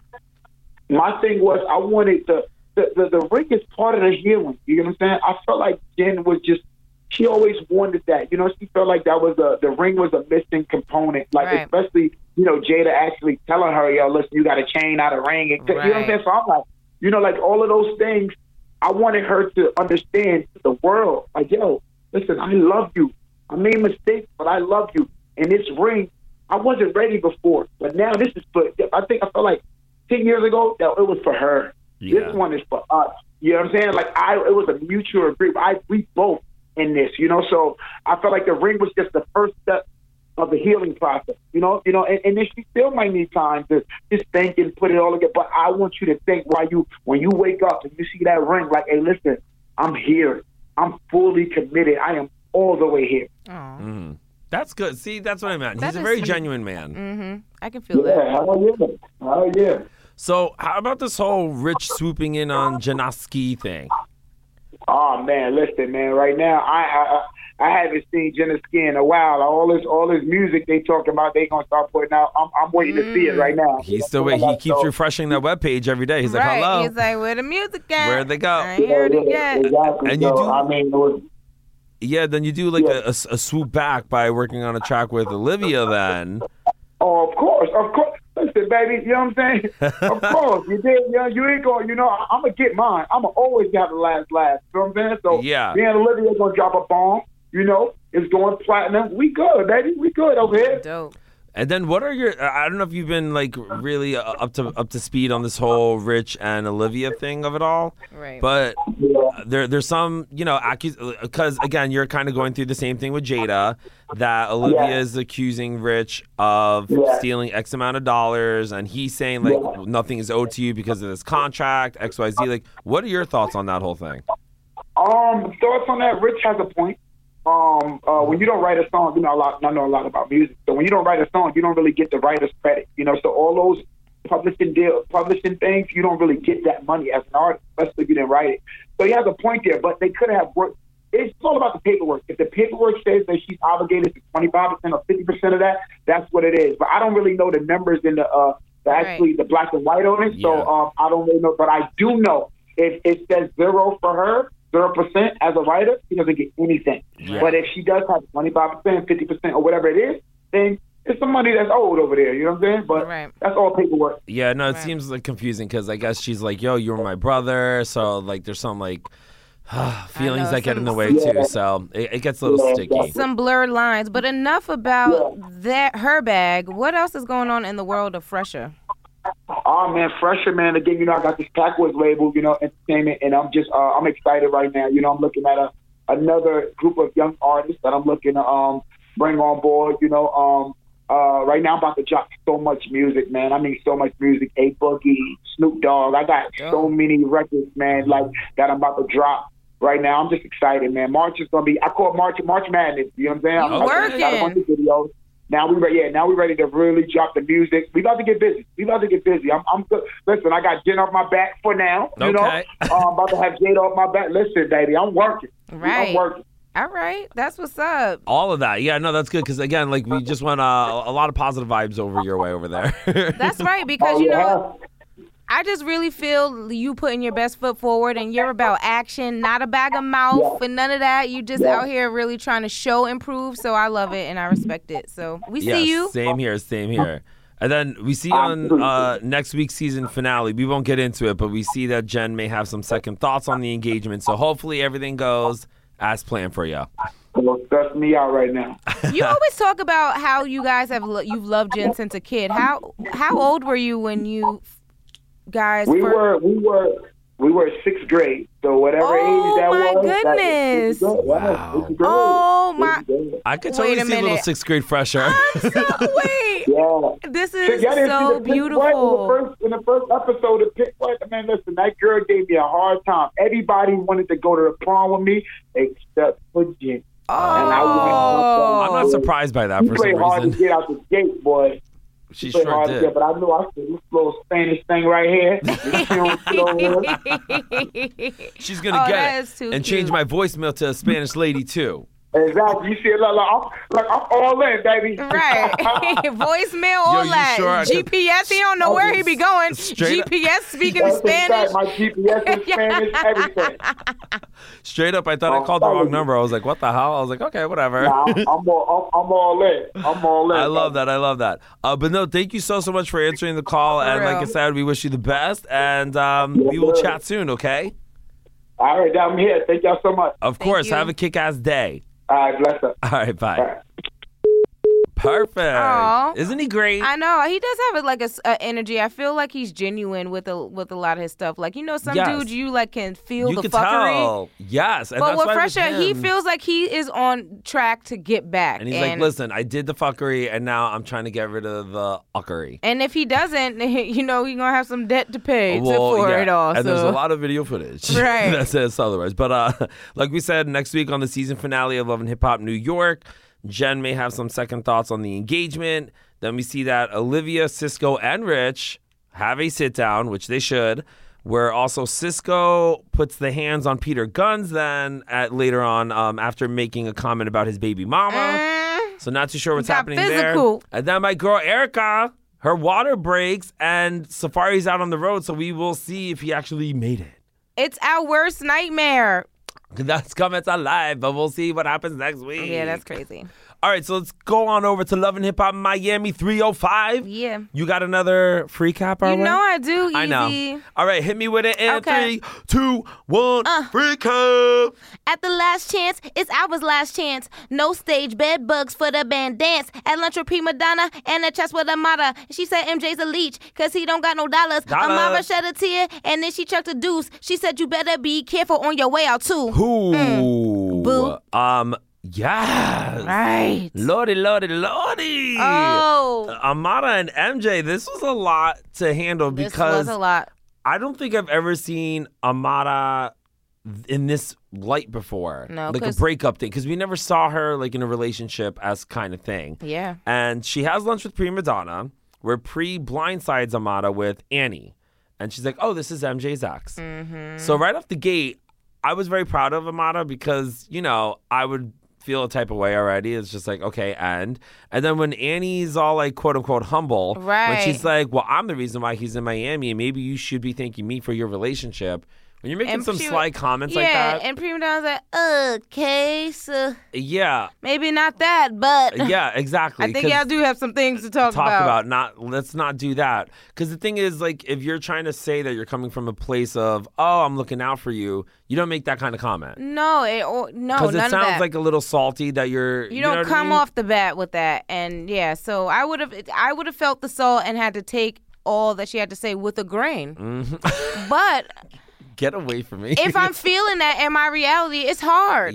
my thing was I wanted the the, the the ring is part of the healing. You know what I'm saying? I felt like Jen was just she always wanted that. You know, she felt like that was a the ring was a missing component. Like Right. especially you know Jada actually telling her, "Yo, listen, you got a chain, not a ring." And, You know what Right. I'm saying? So I'm like, you know, like all of those things. I wanted her to understand the world. Like, yo, listen, I love you. I made mistakes, but I love you. And this ring, I wasn't ready before, but now this is for. I think I felt like ten years ago that it was for her. Yeah. This one is for us. You know what I'm saying? Like I, it was a mutual agreement. I we both in this, you know. So I felt like the ring was just the first step of the healing process, you know. You know, and, and then she still might need time to just think and put it all together. But I want you to think while you when you wake up and you see that ring, like, hey, listen, I'm here. I'm fully committed. I am all the way here. Aw. Mhm. That's good. See, that's what I meant. That He's a is very sweet. genuine man. Mm-hmm. I can feel that. Yeah, oh yeah, oh yeah. So, how about this whole Rich swooping in on Janoski thing? Oh man, listen, man. Right now, I I, I I haven't seen Jenna Ski in a while. All this all this music they talking about, they gonna start putting out. I'm, I'm waiting to see it right Mm. now. He's still wait. He keeps refreshing that webpage every day. He's like, right. "Hello." He's like, where the music at? Where'd they go? I ain't heard it yet. Exactly. And you So, do- I mean, it was, yeah. Then you do like Yeah. a, a s- a swoop back by working on a track with Olivia. Then oh, of course, of course. Listen, baby, you know what I'm saying? of course, you did. You, know, you ain't going. You know, I, I'm gonna get mine. I'm gonna always have the last laugh. You know what I'm saying? So Yeah. me and Olivia gonna drop a bomb. You know, it's going platinum. We good, baby. We good over here. Dope. And then what are your? I I don't know if you've been like really uh, up to up to speed on this whole Rich and Olivia thing of it all, Right. but Yeah. there there's some you know because again you're kind of going through the same thing with Jada that Olivia Yeah. is accusing Rich of Yeah. stealing X amount of dollars and he's saying like nothing is owed to you because of this contract X Y Z. Like, what are your thoughts on that whole thing? Um, thoughts on that? Rich has a point. Um, uh, when you don't write a song, you know a lot. I know a lot about music, so when you don't write a song, you don't really get the writer's credit. You know, so all those publishing deal, publishing things, you don't really get that money as an artist, especially if you didn't write it. So he has a point there, but they could have worked. It's all about the paperwork. If the paperwork says that she's obligated to twenty five percent or fifty percent of that, that's what it is. But I don't really know the numbers in the uh, the actually the black and white on it, so Yeah. um, I don't really know. But I do know if it says zero for her, zero percent as a writer, she doesn't get anything. Yeah. But if she does have twenty five percent, fifty percent, or whatever it is, then it's some money that's owed over there. You know what I'm saying? But Right. that's all paperwork. Yeah, no, it Right. seems like confusing because I guess she's like, "Yo, you were my brother," so like there's some like feelings know, that get in the some- way Yeah. too. So it, it gets a little Yeah, sticky. exactly. Some blurred lines, but enough about that. Her bag. What else is going on in the world of Fresher? Oh man, fresher man. Again, you know, I got this Packwood label, you know, entertainment, and I'm just uh, I'm excited right now. You know, I'm looking at a another group of young artists that I'm looking to um bring on board. You know, um uh right now I'm about to drop so much music, man. I mean, so much music. A Boogie, Snoop Dogg. I got so many records, man. Like that I'm about to drop. Right now, I'm just excited, man. March is gonna be. I call it March March Madness. You know what I'm saying? You I'm excited about working. the videos. Now we ready. Yeah, now we ready to really drop the music. We about to get busy. We about to get busy. I'm, I'm good. Listen, I got Jen off my back for now. You know, Okay. uh, I'm about to have Jada off my back. Listen, baby, I'm working. Right. I'm working. All right, that's what's up. All of that, yeah, no, that's good because again, like we just want uh, a lot of positive vibes over your way over there. That's right, because Oh, you know yeah. what? I just really feel you putting your best foot forward and you're about action, not a bag of mouth and none of that. You just Yeah. out here really trying to show improve. So I love it and I respect it. So we yes, see you. same here, same here. And then we see on uh, next week's season finale. We won't get into it, but we see that Jen may have some second thoughts on the engagement. So hopefully everything goes as planned for you. Well, stress me out right now. You always talk about how you guys have lo- you've loved Jen since a kid. How how old were you when you guys We first- were, we were, we were sixth grade. So whatever Oh, age that my was, that was goodness. sixth grade. Wow. Yeah, sixth grade. Oh my Sixth grade. I could Wait totally a see a little minute. sixth grade fresher. So- wait. Yeah. This Y'all is didn't see so the Pink White beautiful. In the first, in the first episode of Pink White, man, listen, that girl gave me a hard time. Everybody wanted to go to the prom with me except for Jen. I Oh. was- I'm not surprised by that She Uh, for some played hard to reason. get out the gate, boy. She Played sure hard to did. get, but I knew I said this little Spanish thing right here. This little slow- uh, She's gonna Oh, get that it is too and change cute. my voicemail to a Spanish lady too. exactly. You see it, look, look, I'm, look, I'm all in, baby. Right. Voicemail, all you that. sure I could- GPS, he don't know where he be going. Straight up- GPS speaking Oh, That's in Spanish. fact, My GPS is Spanish, everything. Straight up, I thought I Oh, called the sorry. wrong number. I was like, "What the hell?" I was like, "Okay, whatever." Nah, I'm, I'm, all, I'm, I'm all in. I'm all in. I love that. I love that. Uh, but no, thank you so so much for answering the call. and like I real. said, we wish you the best, and um, Yes, we will sir. chat soon. Okay. All right, I'm here. Thank y'all so much. Of course. you. Have a kick ass day. All right, bless up. All right. Bye. All right. Perfect. Aw. Isn't he great? I know he does have a, like a, s- a energy. I feel like he's genuine with a with a lot of his stuff. Like you know, some Yes. dudes you like can feel you the can fuckery. tell. Yes. And But that's with why Fresher, he him- feels like he is on track to get back. And he's like, listen, I did the fuckery, and now I'm trying to get rid of the uckery. and if he doesn't, you know, he's gonna have some debt to pay to- Well, for yeah. it all. And there's so. a lot of video footage Right. that says otherwise. But uh, like we said, next week on the season finale of Love and Hip Hop New York, Jen may have some second thoughts on the engagement. Then we see that Olivia, Cisco, and Rich have a sit down, which they should. Where also Cisco puts the hands on Peter Guns then at later on um, after making a comment about his baby mama. Eh, So not too sure what's Got happening physical. there. And then my girl Erica, her water breaks and Safari's out on the road, so we will see if he actually made it. It's our worst nightmare. That's comments alive, but we'll see what happens next week. Yeah, that's crazy. All right, so let's go on over to Love and Hip Hop Miami 305. Yeah. You got another free cap our You way? know I do. Easy. I know. All right, hit me with it in Okay. Uh. three, two, one. Free cap. At the last chance, it's ours last chance. No stage bed bugs for the band dance. At lunch with prima donna and a chest with a mata. She said MJ's a leech, cause he don't got no dollars. Dollars. Amara shed a tear and then she chucked a deuce. She said you better be careful on your way out too. Ooh. Boo. Um. Yes. Mm. Right. Lordy, lordy, lordy. Uh, Oh. Amara and MJ, this was a lot to handle This because was a lot. I don't think I've ever seen Amara in this light before. No, like a 'cause- breakup thing because we never saw her like in a relationship as kind of thing. Yeah. And she has lunch with Prima Donna, where Pre blindsides Amara with Annie, and she's like, "Oh, this is MJ's ex." Mm-hmm. So right off the gate, I was very proud of Amada because you know I would feel a type of way already. It's just like okay, and and then when Annie's all like quote unquote humble, When Right. she's like, well, I'm the reason why he's in Miami, and maybe you should be thanking me for your relationship. When you're making And some she- sly comments yeah. like that, And Prima Donna's like, okay, so yeah, maybe not that, but yeah, exactly. I think 'cause- y'all do have some things to talk, talk about. not let's not do that because the thing is like if you're trying to say that you're coming from a place of oh i'm looking out for you you don't make that kind of comment No, it, or, no, none because it of that. sounds like a little salty that you're you don't know what I come mean? off the bat with that and yeah so i would have i would have felt the salt and had to take all that she had to say with a grain Mm-hmm. but get away from me if i'm feeling that in my reality it's hard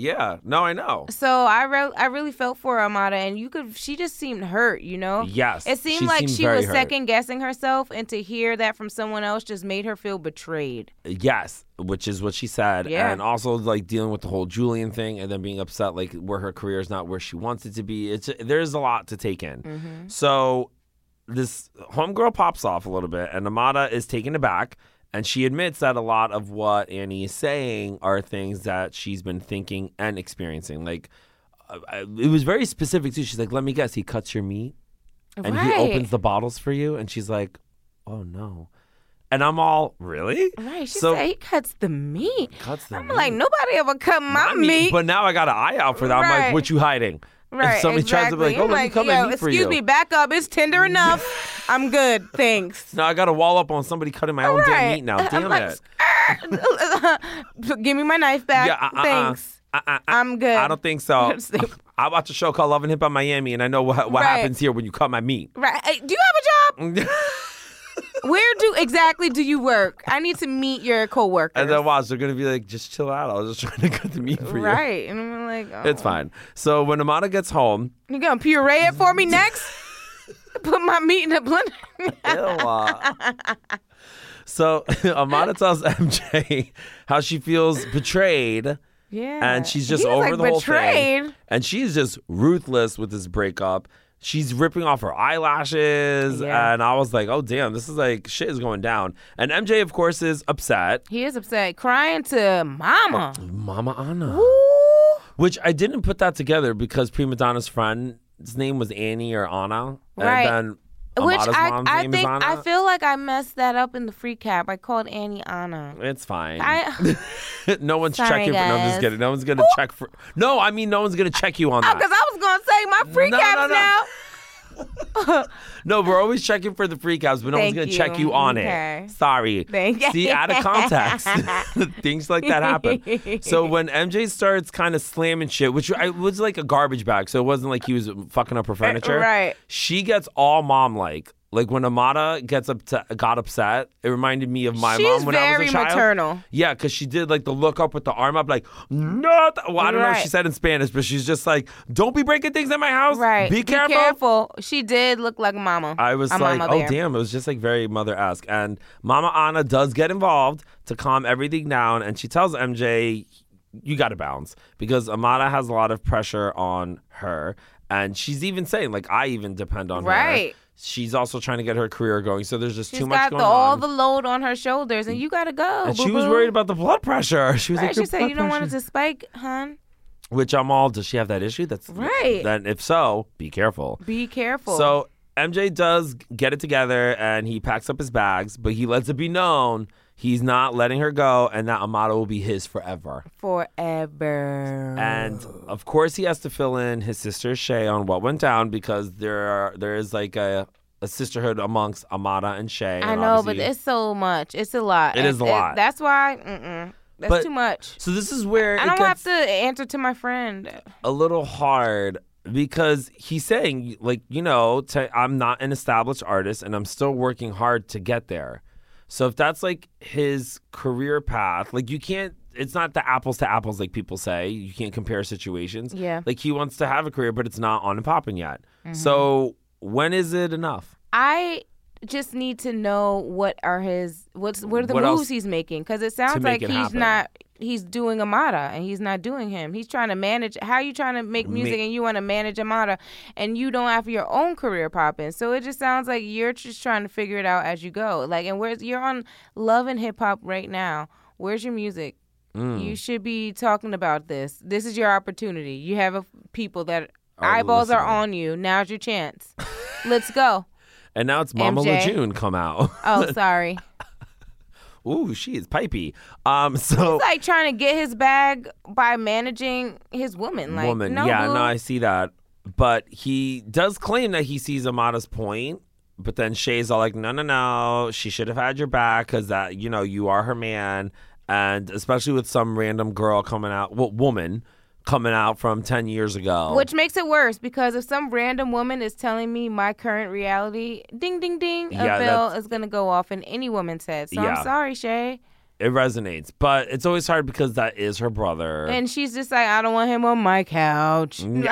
yeah no i know so i re- i really felt for amada and you could she just seemed hurt you know Yes, it she seemed like seemed she very was hurt. second guessing herself and to hear that from someone else just made her feel betrayed yes which is what she said Yeah. and also like dealing with the whole julian thing and then being upset like where her career is not where she wants it to be it's there's a lot to take in Mm-hmm. so this homegirl pops off a little bit, and Amada is taken aback, and she admits that a lot of what Annie is saying are things that she's been thinking and experiencing. Like, uh, uh, it was very specific too. She's like, "Let me guess, he cuts your meat, and he Right. opens the bottles for you," and she's like, "Oh no," and I'm all, "Really?" right she So- said he cuts the meat Cuts the i'm meat. like nobody ever cut my, I mean, meat But now I got an eye out for that. I'm like, Right. "What you hiding?" Right. If somebody exactly. tries to be like, "Oh, I'm let me come and yo, meat for excuse you," me, back up. It's tender enough. I'm good. Thanks. now I got to wall up on somebody cutting my own damn Right. meat. Now, I'm damn like, it. Give me my knife back. uh-uh-uh. Thanks. Uh-uh-uh. I'm good. I don't think so. Just think- I watch a show called Love and Hip Hop Miami, and I know what, what Right. happens here when you cut my meat. Right. Hey, Do you have a Mm. job? Where do exactly do you work? I need to meet your coworkers. and then watch, they're gonna be like, "Just chill out. I was just trying to cut the meat for you." right. And I'm like, oh. It's fine. So when Amada gets home, You gonna puree it for me next? Put my meat in a blender. Ew, uh, so Amada tells MJ how she feels betrayed. yeah. and she's just He was, over like, the whole betrayed. thing. And she's just ruthless with this breakup. She's ripping off her eyelashes, Yeah. and I was like, "Oh damn, this is like shit is going down." And MJ, of course, is upset. He is upset, crying to mama. Mama Anna, which I didn't put that together because Prima Donna's friend's name was Annie or Anna, Right. and then Which Amada's I, mom's I name think is Anna. I feel like I messed that up in the free cap. I called Annie Anna. it's fine. I no one's Sorry, checking. For, no, I'm just guys. Oh, kidding. No one's gonna check for. No, I mean no one's gonna check you on that. because I was gonna say my free No, no, caps no. now. No, we're always checking for the freak outs, but no Thank one's gonna you. check you on Okay. it. Sorry. Thank you. See, out of context. Things like that happen. So when MJ starts kind of slamming shit, which I was like a garbage bag, so it wasn't like he was fucking up her furniture. Uh, right. She gets all mom like. Like when Amada gets up got upset, it reminded me of my She's mom when I was very a child. maternal. Yeah, because she did like the look up with the arm up, like, no. Well, I don't know what she Right. said in Spanish, but she's just like, don't be breaking things in my house. Right. Be careful. She did look like mama. I was a like, mama oh bear. damn, it was just like very mother esque. And Mama Anna does get involved to calm everything down, and she tells MJ, "You got to bounce because Amada has a lot of pressure on her, and she's even saying like I even depend on her. Right. She's also trying to get her career going, so there's just She's too much got going the, all on. the load on her shoulders, and you gotta go. and she was boo-boo. worried about the blood pressure. She was Right, like, she "Your said blood you don't want it pressure-" to spike, hun. Which I'm all, does she have that issue? That's Right. Then if so, be careful. Be careful. So MJ does get it together and he packs up his bags, but he lets it be known He's not letting her go, and that Amada will be his forever. forever. And of course, he has to fill in his sister Shay on what went down because there are there is like a, a sisterhood amongst Amada and Shay. I and know, but obviously- it's so much. It's a lot. It And is a lot. That's why. Mm-mm, that's But- too much. so this is where I it don't gets have to answer to my friend. a little hard because he's saying like you know to, I'm not an established artist and I'm still working hard to get there. So if that's like his career path, like you can't. It's not the apples to apples like people say. You can't compare situations. Yeah. Like he wants to have a career, but it's not on and popping yet. So when is it enough? I just need to know what are his what's what are the What else moves he's making because it sounds make like it he's happen? not he's doing Amada and he's not doing him. He's trying to manage. How you trying to make music and you want to manage Amada and you don't have your own career popping? So it just sounds like you're just trying to figure it out as you go. Like and where's you're on Love and Hip Hop right now? Where's your music? Mm. You should be talking about this. This is your opportunity. You have a, people that Are eyeballs are listening. on you. Now's your chance. Let's go. And now it's Mama MJ. LaJune come out. Oh, sorry. Ooh, she is pipey. Um, so He's like trying to get his bag by managing his woman. Like, woman, no, yeah, boo. no, I see that. But he does claim that he sees Amada's point, but then Shay's all like, "No, no, no, she should have had your back because that you know you are her man, and especially with some random girl coming out, well, woman coming out from ten years ago." Which makes it worse because if some random woman is telling me my current reality, ding, ding, ding, Yeah, a bell that's- is going to go off in any woman's head. So Yeah. I'm sorry, Shay. it resonates, but it's always hard because that is her brother. And she's just like, I don't want him on my couch. Mm,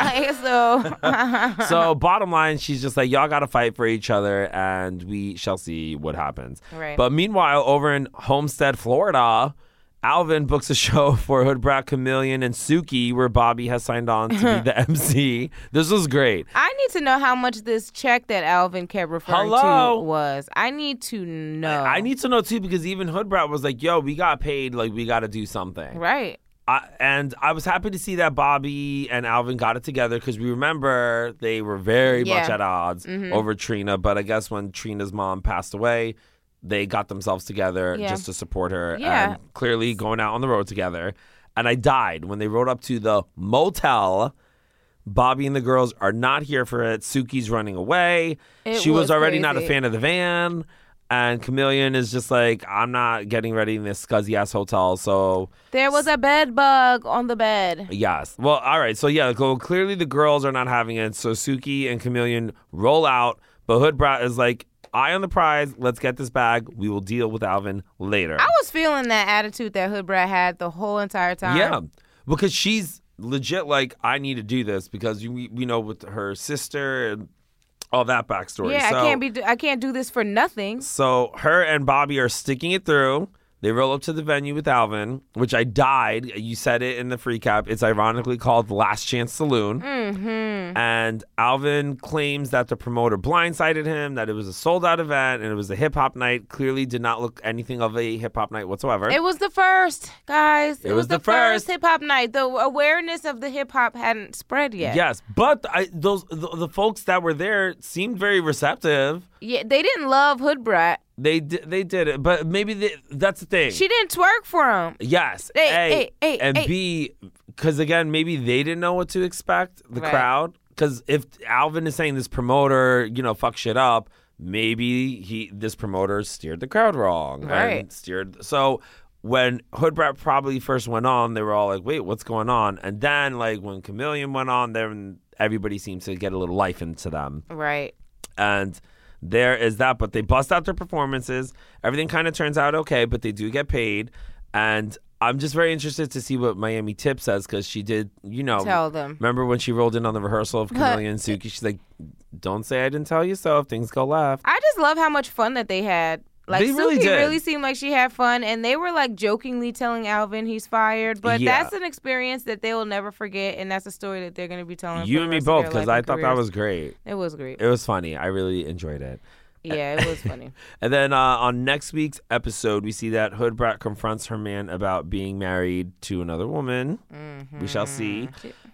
Like, so so bottom line, she's just like, y'all got to fight for each other, and we shall see what happens. Right. But meanwhile, over in Homestead, Florida, Alvin books a show for Hood Brat Chameleon and Suki, where Bobby has signed on to be the MC. This was great. I need to know how much this check that Alvin kept referring Hello? to was. I need to know. I need to know too because even Hood Brat was like, "Yo, we got paid. Like, we got to do something." Right. I, and I was happy to see that Bobby and Alvin got it together because we remember they were very much Yeah. Mm-hmm. at odds over Trina. But I guess when Trina's mom passed away, they got themselves together Yeah. just to support her Yeah. and clearly going out on the road together. And I died when they rode up to the motel. Bobby and the girls are not here for it. Suki's running away. It she was, was already not a crazy. fan of the van. And Chameleon is just like, I'm not getting ready in this scuzzy ass hotel. So There was a bed bug on the bed. Yes. Well, all right. So yeah, well, clearly the girls are not having it. So Suki and Chameleon roll out, but Hood Brat is like, eye on the prize. Let's get this bag. We will deal with Alvin later. I was feeling that attitude that Hood Brat had the whole entire time. yeah, because she's legit like, I need to do this because you, we, we know with her sister and all that backstory. Yeah, so, I can't be. I can't do this for nothing. So her and Bobby are sticking it through. They roll up to the venue with Alvin, which I died. You said it in the free cap. It's ironically called Last Chance Saloon. Mm-hmm. And Alvin claims that the promoter blindsided him, that it was a sold out event and it was a hip hop night. Clearly did not look anything of a hip hop night whatsoever. It was the first, guys. It, was the first. hip hop night. The awareness of the hip hop hadn't spread yet. Yes, but I, those the, the folks that were there seemed very receptive. Yeah, they didn't love Hood Brat. They di- they did it, but maybe they, that's the thing. She didn't twerk for him. Yes. Hey, A, hey, hey, and hey. B, because again, maybe they didn't know what to expect, the Right. crowd. Because if Alvin is saying this promoter, you know, fuck shit up, maybe he this promoter steered the crowd wrong. And Right. steered. So when Hood Brat probably first went on, they were all like, wait, what's going on? And then, like, when Chameleon went on, then everybody seems to get a little life into them Right. and there is that. But they bust out their performances. Everything kind of turns out okay, but they do get paid. And I'm just very interested to see what Miami Tip says because she did, you know, Tell them. Remember when she rolled in on the rehearsal of Chameleon and Suki? She's like, "Don't say I didn't tell you so if things go left." I just love how much fun that they had. Like They really Suki did. really seemed like she had fun, and they were like jokingly telling Alvin he's fired. But Yeah. that's an experience that they will never forget, and that's a story that they're going to be telling. You for and the me rest of their both, because life I and thought that careers. was great. It was great. It was funny. I really enjoyed it. Yeah, it was funny. And then uh, on next week's episode, we see that Hood Brat confronts her man about being married to another woman. We shall see.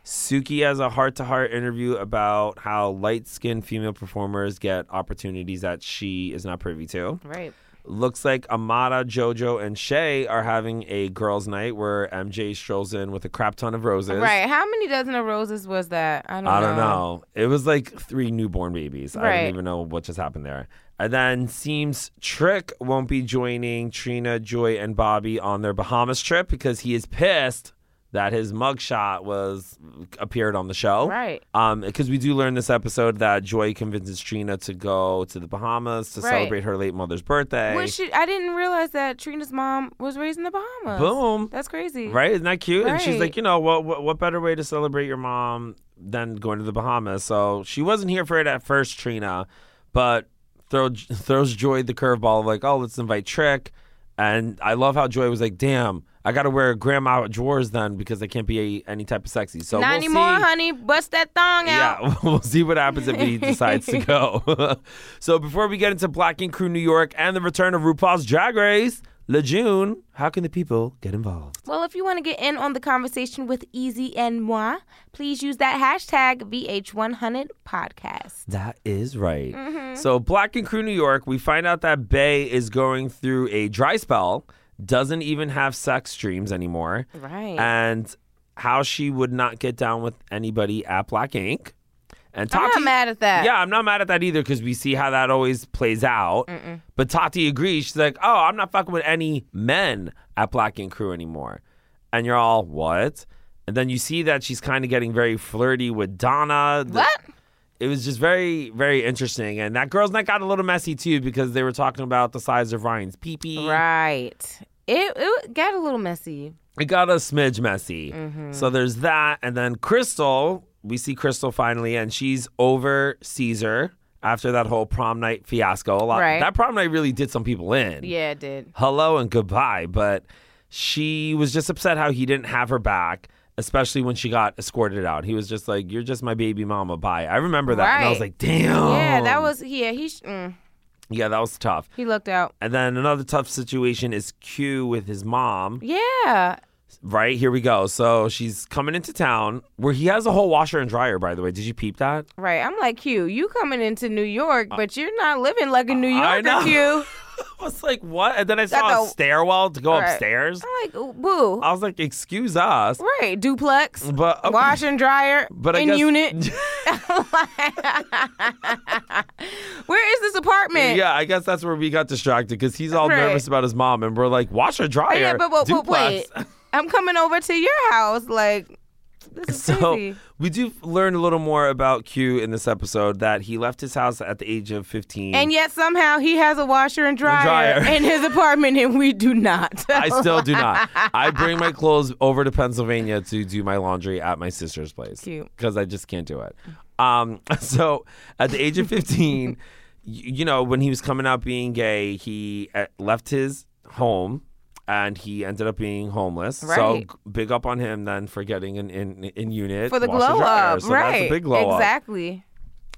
Suki has a heart to heart interview about how light skinned female performers get opportunities that she is not privy to. Right. Looks like Amada, JoJo, and Shay are having a girls' night where MJ strolls in with a crap ton of roses. Right. How many dozen of roses was that? I don't I don't know. It was like three newborn babies. I Right. don't even know what just happened there. And then seems Trick won't be joining Trina, Joy, and Bobby on their Bahamas trip because he is pissed that his mugshot was appeared on the show. Right. Um, because we do learn this episode that Joy convinces Trina to go to the Bahamas to Right. celebrate her late mother's birthday. Well, she, I didn't realize that Trina's mom was raised in the Bahamas. Boom. That's crazy. Right? Isn't that cute? And she's Right. like, you know, what, what what better way to celebrate your mom than going to the Bahamas? So she wasn't here for it at first, Trina, but throw, throws Joy the curveball of like, oh, let's invite Trick. And I love how Joy was like, damn, I got to wear grandma drawers then because I can't be any type of sexy. So Not we'll anymore, see. honey. Bust that thong out. Yeah, we'll see what happens if he decides to go. so before we get into Black and Crew New York and the return of RuPaul's Drag Race, LeJune, how can the people get involved? Well, if you want to get in on the conversation with Easy and Moi, please use that hashtag VH100podcast. That is right. Mm-hmm. So, Black and Crew New York, we find out that Bay is going through a dry spell, doesn't even have sex dreams anymore, Right. and how she would not get down with anybody at Black Ink. And I'm Tati, not mad at that. yeah, I'm not mad at that either because we see how that always plays out. But Tati agrees. She's like, oh, I'm not fucking with any men at Black Ink Crew anymore. And you're all, what? And then you see that she's kind of getting very flirty with Donna. The- What? it was just very, very interesting. And that girl's night got a little messy too because they were talking about the size of Ryan's pee pee. Right. It, it got a little messy. It got a smidge messy. Mm-hmm. So there's that. And then Crystal, we see Crystal finally, and she's over Caesar after that whole prom night fiasco. A lot Right. that prom night really did some people in. Yeah, it did. hello and goodbye. But she was just upset how he didn't have her back, especially when she got escorted out. He was just like, You're just my baby mama. Bye. I remember that. And I was Right. like, Damn. Yeah, that was yeah. He sh- mm, Yeah, that was tough. he looked out. And then another tough situation is Q with his mom. Yeah, Right here we go. So she's coming into town where he has a whole washer and dryer. By the way, did you peep that? right. I'm like Q. You coming into New York, but you're not living like a New Uh, I Yorker, know. Q. I was like, what? And then I That's saw a a- stairwell to go Right. upstairs. I'm like, ooh, boo. I was like, excuse us, Right, duplex, Uh, but okay. wash and dryer, But I in guess- unit. Where is this apartment? yeah, I guess that's where we got distracted because he's all Right. nervous about his mom, and we're like, washer dryer. Oh, yeah, but, but, but wait, duplex. I'm coming over to your house. Like, this is So crazy. we do learn a little more about Q in this episode that he left his house at the age of fifteen. And yet somehow he has a washer and dryer, dryer. in his apartment, and we do not. I still do not. I bring my clothes over to Pennsylvania to do my laundry at my sister's place. Cute. Because I just can't do it. Um, so at the age of 15, y- you know, when he was coming out being gay, he uh, left his home and he ended up being homeless. So Right. g- big up on him then for getting an in, in unit for the washer glow dryer. up, So right? That's a big glow up. exactly.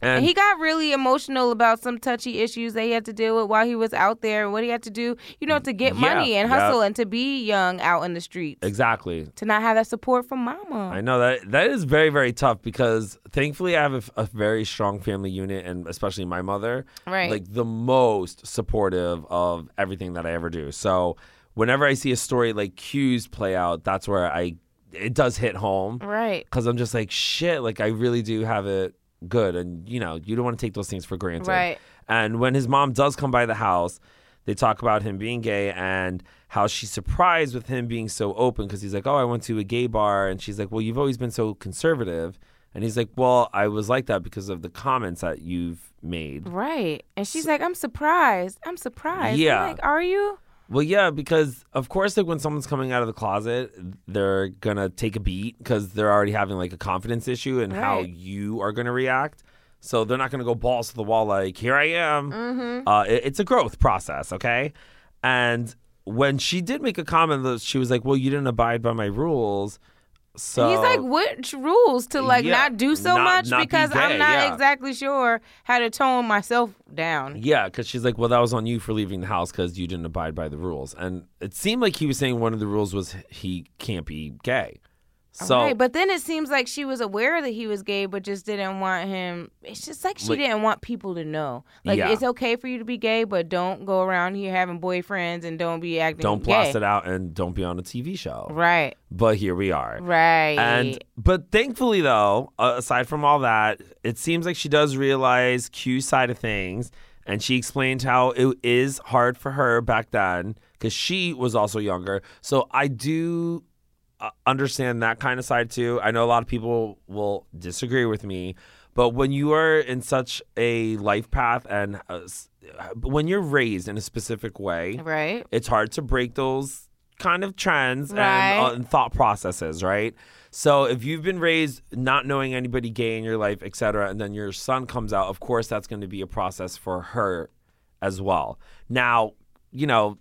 And he got really emotional about some touchy issues that he had to deal with while he was out there, and what he had to do, you know, to get Yeah, money and yeah. hustle and to be young out in the streets. Exactly. to not have that support from mama. I know that that is very very tough because thankfully I have a f- a, very strong family unit and especially my mother, Right. Like the most supportive of everything that I ever do. So whenever I see a story like Q's play out, that's where I it does hit home right. because I'm just like shit. Like I really do have it good, and you know you don't want to take those things for granted, Right. And when his mom does come by the house, they talk about him being gay and how she's surprised with him being so open because he's like, "Oh, I went to a gay bar," and she's like, "Well, you've always been so conservative," and he's like, "Well, I was like that because of the comments that you've made." Right. And she's like, I'm surprised. I'm surprised. I'm Yeah. like, are you? Well, yeah, because of course, like when someone's coming out of the closet, they're gonna take a beat because they're already having like a confidence issue and how Right. you are gonna react. So they're not gonna go balls to the wall like here I am. Mm-hmm. Uh, it- it's a growth process, okay? And when she did make a comment, that she was like, "Well, you didn't abide by my rules." So He's like, which rules to like Yeah. not do so Not- much not be because gay, I'm not yeah. exactly sure how to tone myself down. Yeah, because she's like, well, that was on you for leaving the house because you didn't abide by the rules. And it seemed like he was saying one of the rules was he can't be gay. So right, but then it seems like she was aware that he was gay, but just didn't want him. It's just like she Like- didn't want people to know. Like Yeah. it's okay for you to be gay, but don't go around here having boyfriends and don't be acting. don't gay. blast it out and don't be on a TV show. Right, But here we are. right. And but thankfully though, uh, aside from all that, it seems like she does realize Q's side of things, and she explained how it is hard for her back then because she was also younger. So I do uh, understand that kind of side too. I know a lot of people will disagree with me, but when you are in such a life path and uh, s- when you're raised in a specific way, right, it's hard to break those kind of trends Right. and, uh, and thought processes, right? So if you've been raised not knowing anybody gay in your life, et cetera, and then your son comes out, of course that's going to be a process for her as well. Now, you know,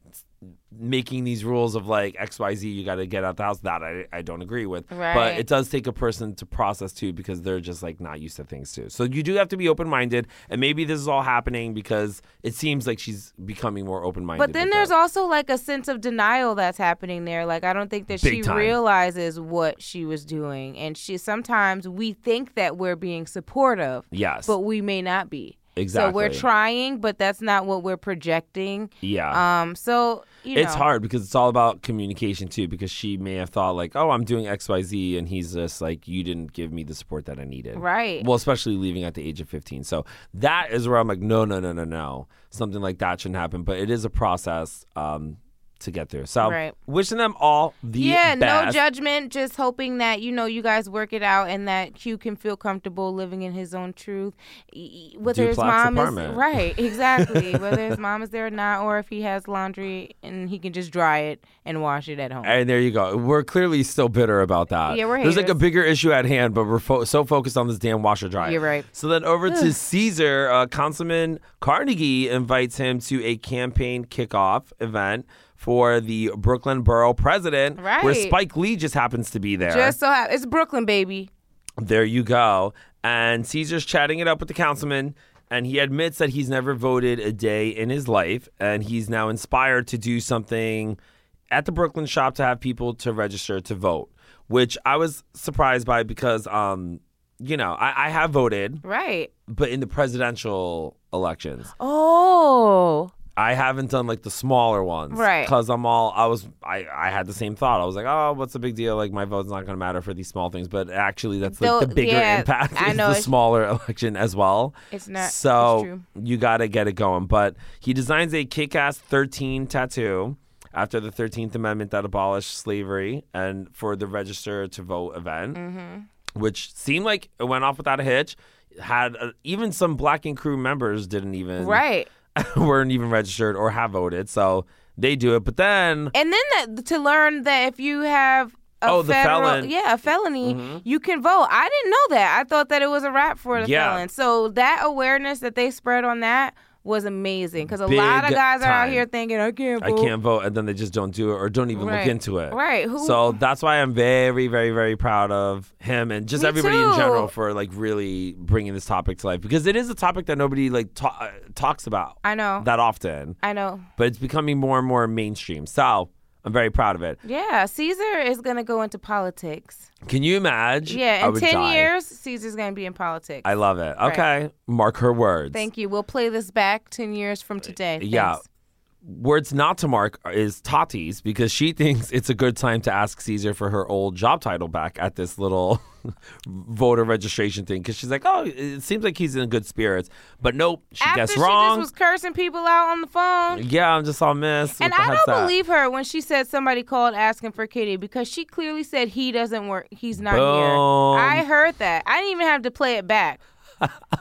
making these rules of like X, Y, Z, you got to get out the house. That I, I don't agree with, but Right. it does take a person to process too because they're just like not used to things too. So you do have to be open minded, and maybe this is all happening because it seems like she's becoming more open minded. but then there's also like a sense of denial that's happening there. Like I don't think that Big she time. realizes what she was doing, and she sometimes we think that we're being supportive, Yes. but we may not be. So we're Exactly. trying, trying, but that's not what we're projecting. yeah. Um, so you it's know, hard because it's all about communication too because she may have thought like, "Oh, I'm doing XYZ," and he's just like, "You didn't give me the support that I needed." Right. Well, especially leaving at the age of 15. So that is where I'm like, "No, no, no, no, no. Something like that shouldn't happen." But it is a process um to get through. So Right. wishing them all the yeah, no best. judgment. Just hoping that you know you guys work it out and that Q can feel comfortable living in his own truth, E- e- whether his Duplex mom apartment. is right, exactly. whether his mom is there or not, or if he has laundry and he can just dry it and wash it at home. and there you go. We're clearly still bitter about that. Yeah, we're There's like a haters. bigger issue at hand, but we're fo- so focused on this damn washer dryer. You're right. So then over to Caesar, uh, Councilman Carnegie invites him to a campaign kickoff event for the Brooklyn Borough president, where Right. Spike Lee just happens to be there. Just so ha- it's Brooklyn, baby. There you go. And Caesar's chatting it up with the councilman, and he admits that he's never voted a day in his life, and he's now inspired to do something at the Brooklyn shop to have people to register to vote, which I was surprised by because, um, you know, I, I have voted, Right. but in the presidential elections. Oh. I haven't done like the smaller ones, Right. Because I'm all I was I I had the same thought. I was like, oh, what's the big deal? Like my vote's not gonna matter for these small things, but actually, that's like Though- the bigger yeah, impact I is know, the it's- smaller election as well. It's not- it's So true. you got to get it going. But he designs a kick-ass 13 tattoo after the 13th Amendment that abolished slavery and for the register to vote event Mm-hmm. which seemed like it went off without a hitch. Had uh, even some Black and Crew members didn't even Right. weren't even registered or have voted, so they do it. But then And then that, to learn that if you have a Oh, the federal, felon. Mm-hmm. yeah, a felony, you can vote. I didn't know that. I thought that it was a wrap for the Yeah. felon. So that awareness that they spread on that was amazing because a lot of Big guys are time. out here thinking I can't I vote. can't vote, and then they just don't do it or don't even Right. look into it. Right. Who- So that's why I'm very, very, very proud of him and just Me everybody in too. general for like really bringing this topic to life because it is a topic that nobody like ta- uh, talks about I know. that often, I know. but it's becoming more and more mainstream. So I'm very proud of it. Yeah, Caesar is gonna go into politics. Can you imagine? Yeah, I in would ten die. years, Caesar's gonna be in politics. I love it. Okay. Mark her words. Thank you. We'll play this back ten years from today. Uh, Yeah. Thanks. Words not to mark is Tati's because she thinks it's a good time to ask Caesar for her old job title back at this little voter registration thing because she's like, oh, it seems like he's in good spirits. But nope, she After guessed she wrong. just was cursing people out on the phone. yeah, I'm just all missed. And What the I heck's don't that? believe her when she said somebody called asking for Kitty because she clearly said he doesn't work. He's not Boom. here. I heard that. I didn't even have to play it back.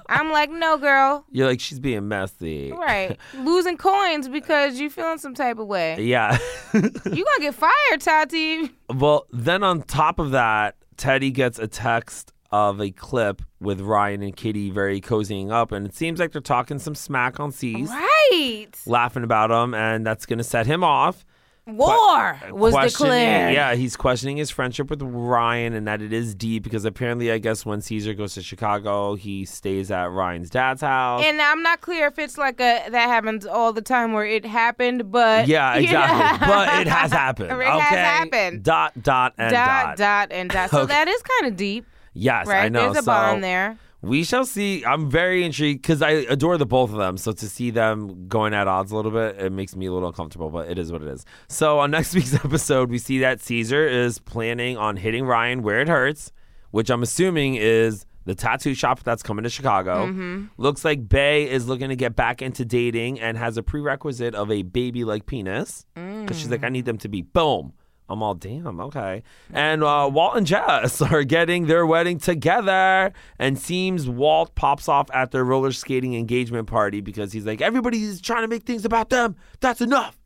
I'm like, no, girl. You're like, she's being messy. Right. Losing coins because you feeling some type of way. Yeah. You gonna get fired, Tati. Well, then on top of that, Teddy gets a text of a clip with Ryan and Kitty very cozying up, and it seems like they're talking some smack on C's, Right. laughing about him, and that's going to set him off. War was questioning- declared. Yeah, he's questioning his friendship with Ryan and that it is deep because apparently, I guess when Caesar goes to Chicago, he stays at Ryan's dad's house. And I'm not clear if it's like a that happens all the time where it happened, but yeah, you know. exactly. But it has happened. It okay. has happened. Dot dot and dot. dot, dot and dot. So Okay. that is kind of deep, Yes, right? I know. There's so a bond there. we shall see. I'm very intrigued because I adore the both of them. So to see them going at odds a little bit, it makes me a little uncomfortable. But it is what it is. So on next week's episode, we see that Caesar is planning on hitting Ryan where it hurts, which I'm assuming is. The tattoo shop that's coming to Chicago. Looks like Bay is looking to get back into dating and has a prerequisite of a baby like penis. Because she's like, I need them to be boom. I'm all damn okay. And uh, Walt and Jess are getting their wedding together, and seems Walt pops off at their roller skating engagement party because he's like, everybody's trying to make things about them. That's enough.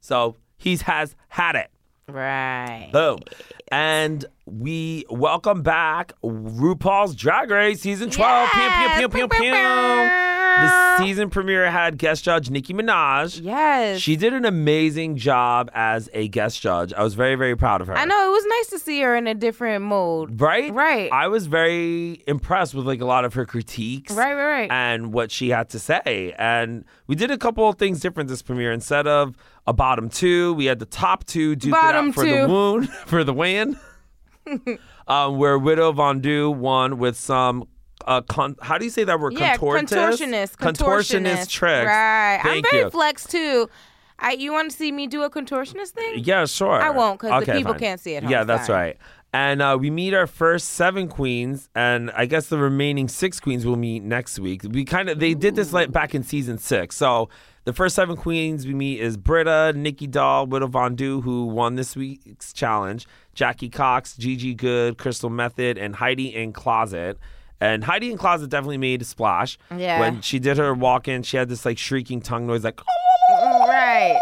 So he has had it. Right. Boom. And we welcome back RuPaul's Drag Race season 12. Pew, Yes. pew, pew, pew, Pew, pew. pew, The pew. season premiere had guest judge Nicki Minaj. Yes. She did an amazing job as a guest judge. I was very, very proud of her. I know it was nice to see her in a different mode. Right? Right. I was very impressed with like a lot of her critiques. Right, right, right. And what she had to say. And we did a couple of things different this premiere. Instead of a bottom two, we had the top two duke it Bottom out for the two. wound for the win. um, where Widow Von Du won with some uh, con- how do you say that word? yeah, Contortist? contortionist, Contortionist tricks. Right. Thank I'm very you. flexed too. I, you want to see me do a contortionist thing? Yeah, sure. I won't, 'cause the people fine. can't see it, Yeah, hon, that's sorry. right. And uh, we meet our first seven queens, and I guess the remaining six queens we'll meet next week. We kind of they did this like back in season six, so the first seven queens we meet is Britta, Nikki Doll, Widow Von Du, who won this week's challenge, Jackie Cox, Gigi Good, Crystal Method, and Heidi in Closet. And Heidi in Closet definitely made a splash. Yeah. When she did her walk in, she had this like shrieking tongue noise, like Mm, Right.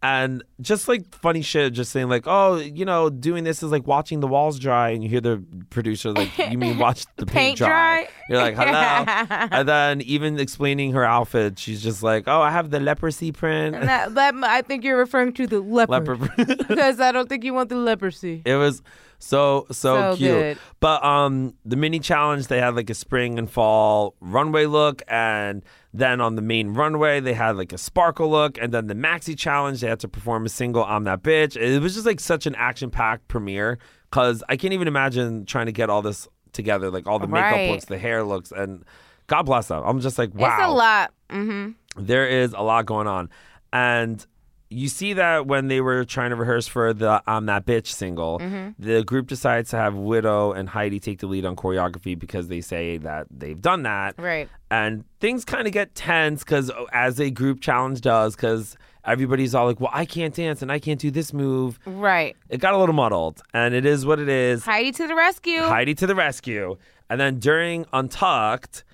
and just like funny shit, just saying like, oh, you know, doing this is like watching the walls dry, and you hear the producer like, you mean watch the paint, Paint dry? dry? You're like, hello. and then even explaining her outfit, she's just like, oh, I have the leprosy print, That, that, I think you're referring to the leopard. leper. print. Because I don't think you want the leprosy. It was so so, So cute. good. But um the mini challenge they had like a spring and fall runway look and then on the main runway they had like a sparkle look and then the maxi challenge they had to perform a single on that bitch. It was just like such an action packed premiere cuz I can't even imagine trying to get all this together like all the makeup Right. looks, the hair looks and God bless them. I'm just like wow It's a lot. Mm-hmm. there is a lot going on. And you see that when they were trying to rehearse for the I'm That Bitch single, the group decides to have Widow and Heidi take the lead on choreography because they say that they've done that. Right. And things kind of get tense because as a group challenge does, because everybody's all like, well, I can't dance and I can't do this move. Right. It got a little muddled. And it is what it is. Heidi to the rescue. Heidi to the rescue. And then during Untucked,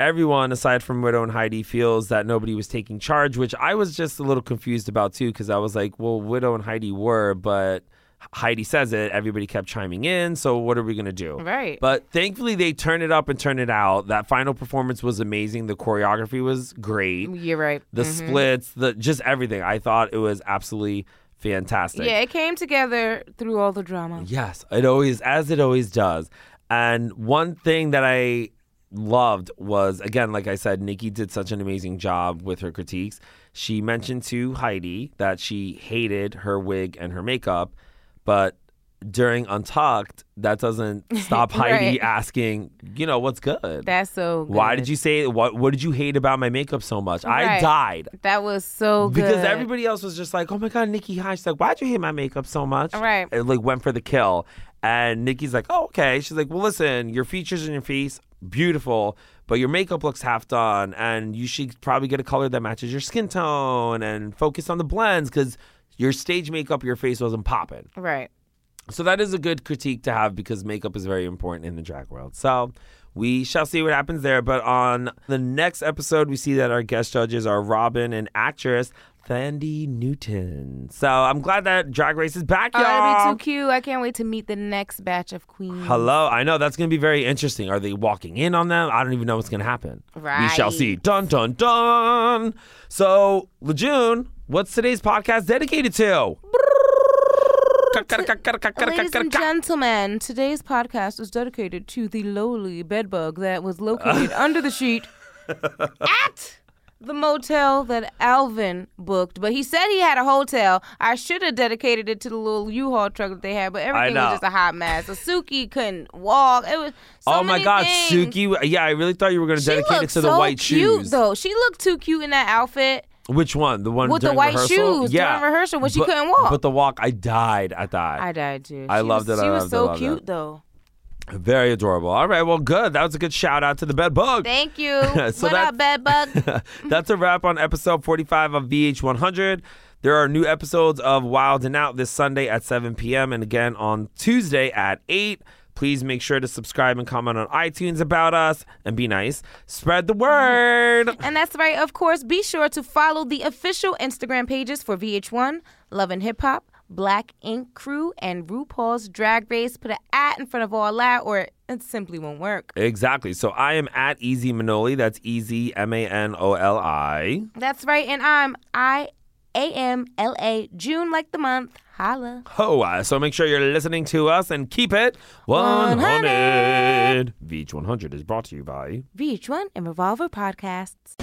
everyone aside from Widow and Heidi feels that nobody was taking charge, which I was just a little confused about too, because I was like, well, Widow and Heidi were, but Heidi says it. Everybody kept chiming in. So what are we going to do? Right. But thankfully, they turned it up and turned it out. That final performance was amazing. The choreography was great. You're right. The splits, the just everything. I thought it was absolutely fantastic. Yeah, it came together through all the drama. Yes, it always, as it always does. And one thing that I loved was, again, like I said, Nikki did such an amazing job with her critiques. She mentioned to Heidi that she hated her wig and her makeup, but during Untucked, that doesn't stop Heidi Right. asking, you know, what's good? That's so good. Why did you say what? What did you hate about my makeup so much? I Right. died That was so good. because everybody else was just like, "Oh my god, Nikki High." She's like, "Why'd you hate my makeup so much?" Right. It like went for the kill, and Nikki's like, "Oh okay." She's like, "Well, listen, your features in your face beautiful, but your makeup looks half done, and you should probably get a color that matches your skin tone and focus on the blends because your stage makeup, your face wasn't popping." Right. So that is a good critique to have because makeup is very important in the drag world. So We shall see what happens there. But on the next episode, we see that our guest judges are Robin and actress Thandi Newton. So I'm glad that Drag Race is back, Oh, y'all. that'd be too cute. I can't wait to meet the next batch of queens. Hello, I know that's going to be very interesting. Are they walking in on them? I don't even know what's going to happen. We shall Right. see. Dun dun dun. So, Lejeune, what's today's podcast dedicated to? Ladies and gentlemen, today's podcast is dedicated to the lowly bedbug that was located under the sheet at the motel that Alvin booked. But he said he had a hotel. I should have dedicated it to the little U-Haul truck that they had, but everything know. was just a hot mess. Suki couldn't walk. It was so oh my many God, things. Suki! Yeah, I really thought you were going to She dedicate it looked to the so white cute, shoes. Though she looked too cute in that outfit. Which one? The one With the during white rehearsal? shoes yeah. during rehearsal when she But- couldn't walk. But the walk, I died at that. I died too. I She loved was, it, I She loved it, was so loved it. cute though. Very adorable. All right, well, good. That was a good shout out to the bed bug. Thank you. So what up, bedbug? That's a wrap on episode 45 of VH100. There are new episodes of Wild and Out this Sunday at 7 p.m. and again on Tuesday at 8. Please make sure to subscribe and comment on iTunes about us and be nice. Spread the word. And that's right. Of course, be sure to follow the official Instagram pages for VH1, Love and Hip Hop, Black Ink Crew, and RuPaul's Drag Race. Put an at in front of all that, or it simply won't work. Exactly. So I am at Easy Manoli. That's Easy M A N O L I. That's right. And I'm I A M L A June like the month. Holla. Ho. uh, So make sure you're listening to us and keep it 100. VH100 is brought to you by. VH1 and Revolver Podcasts.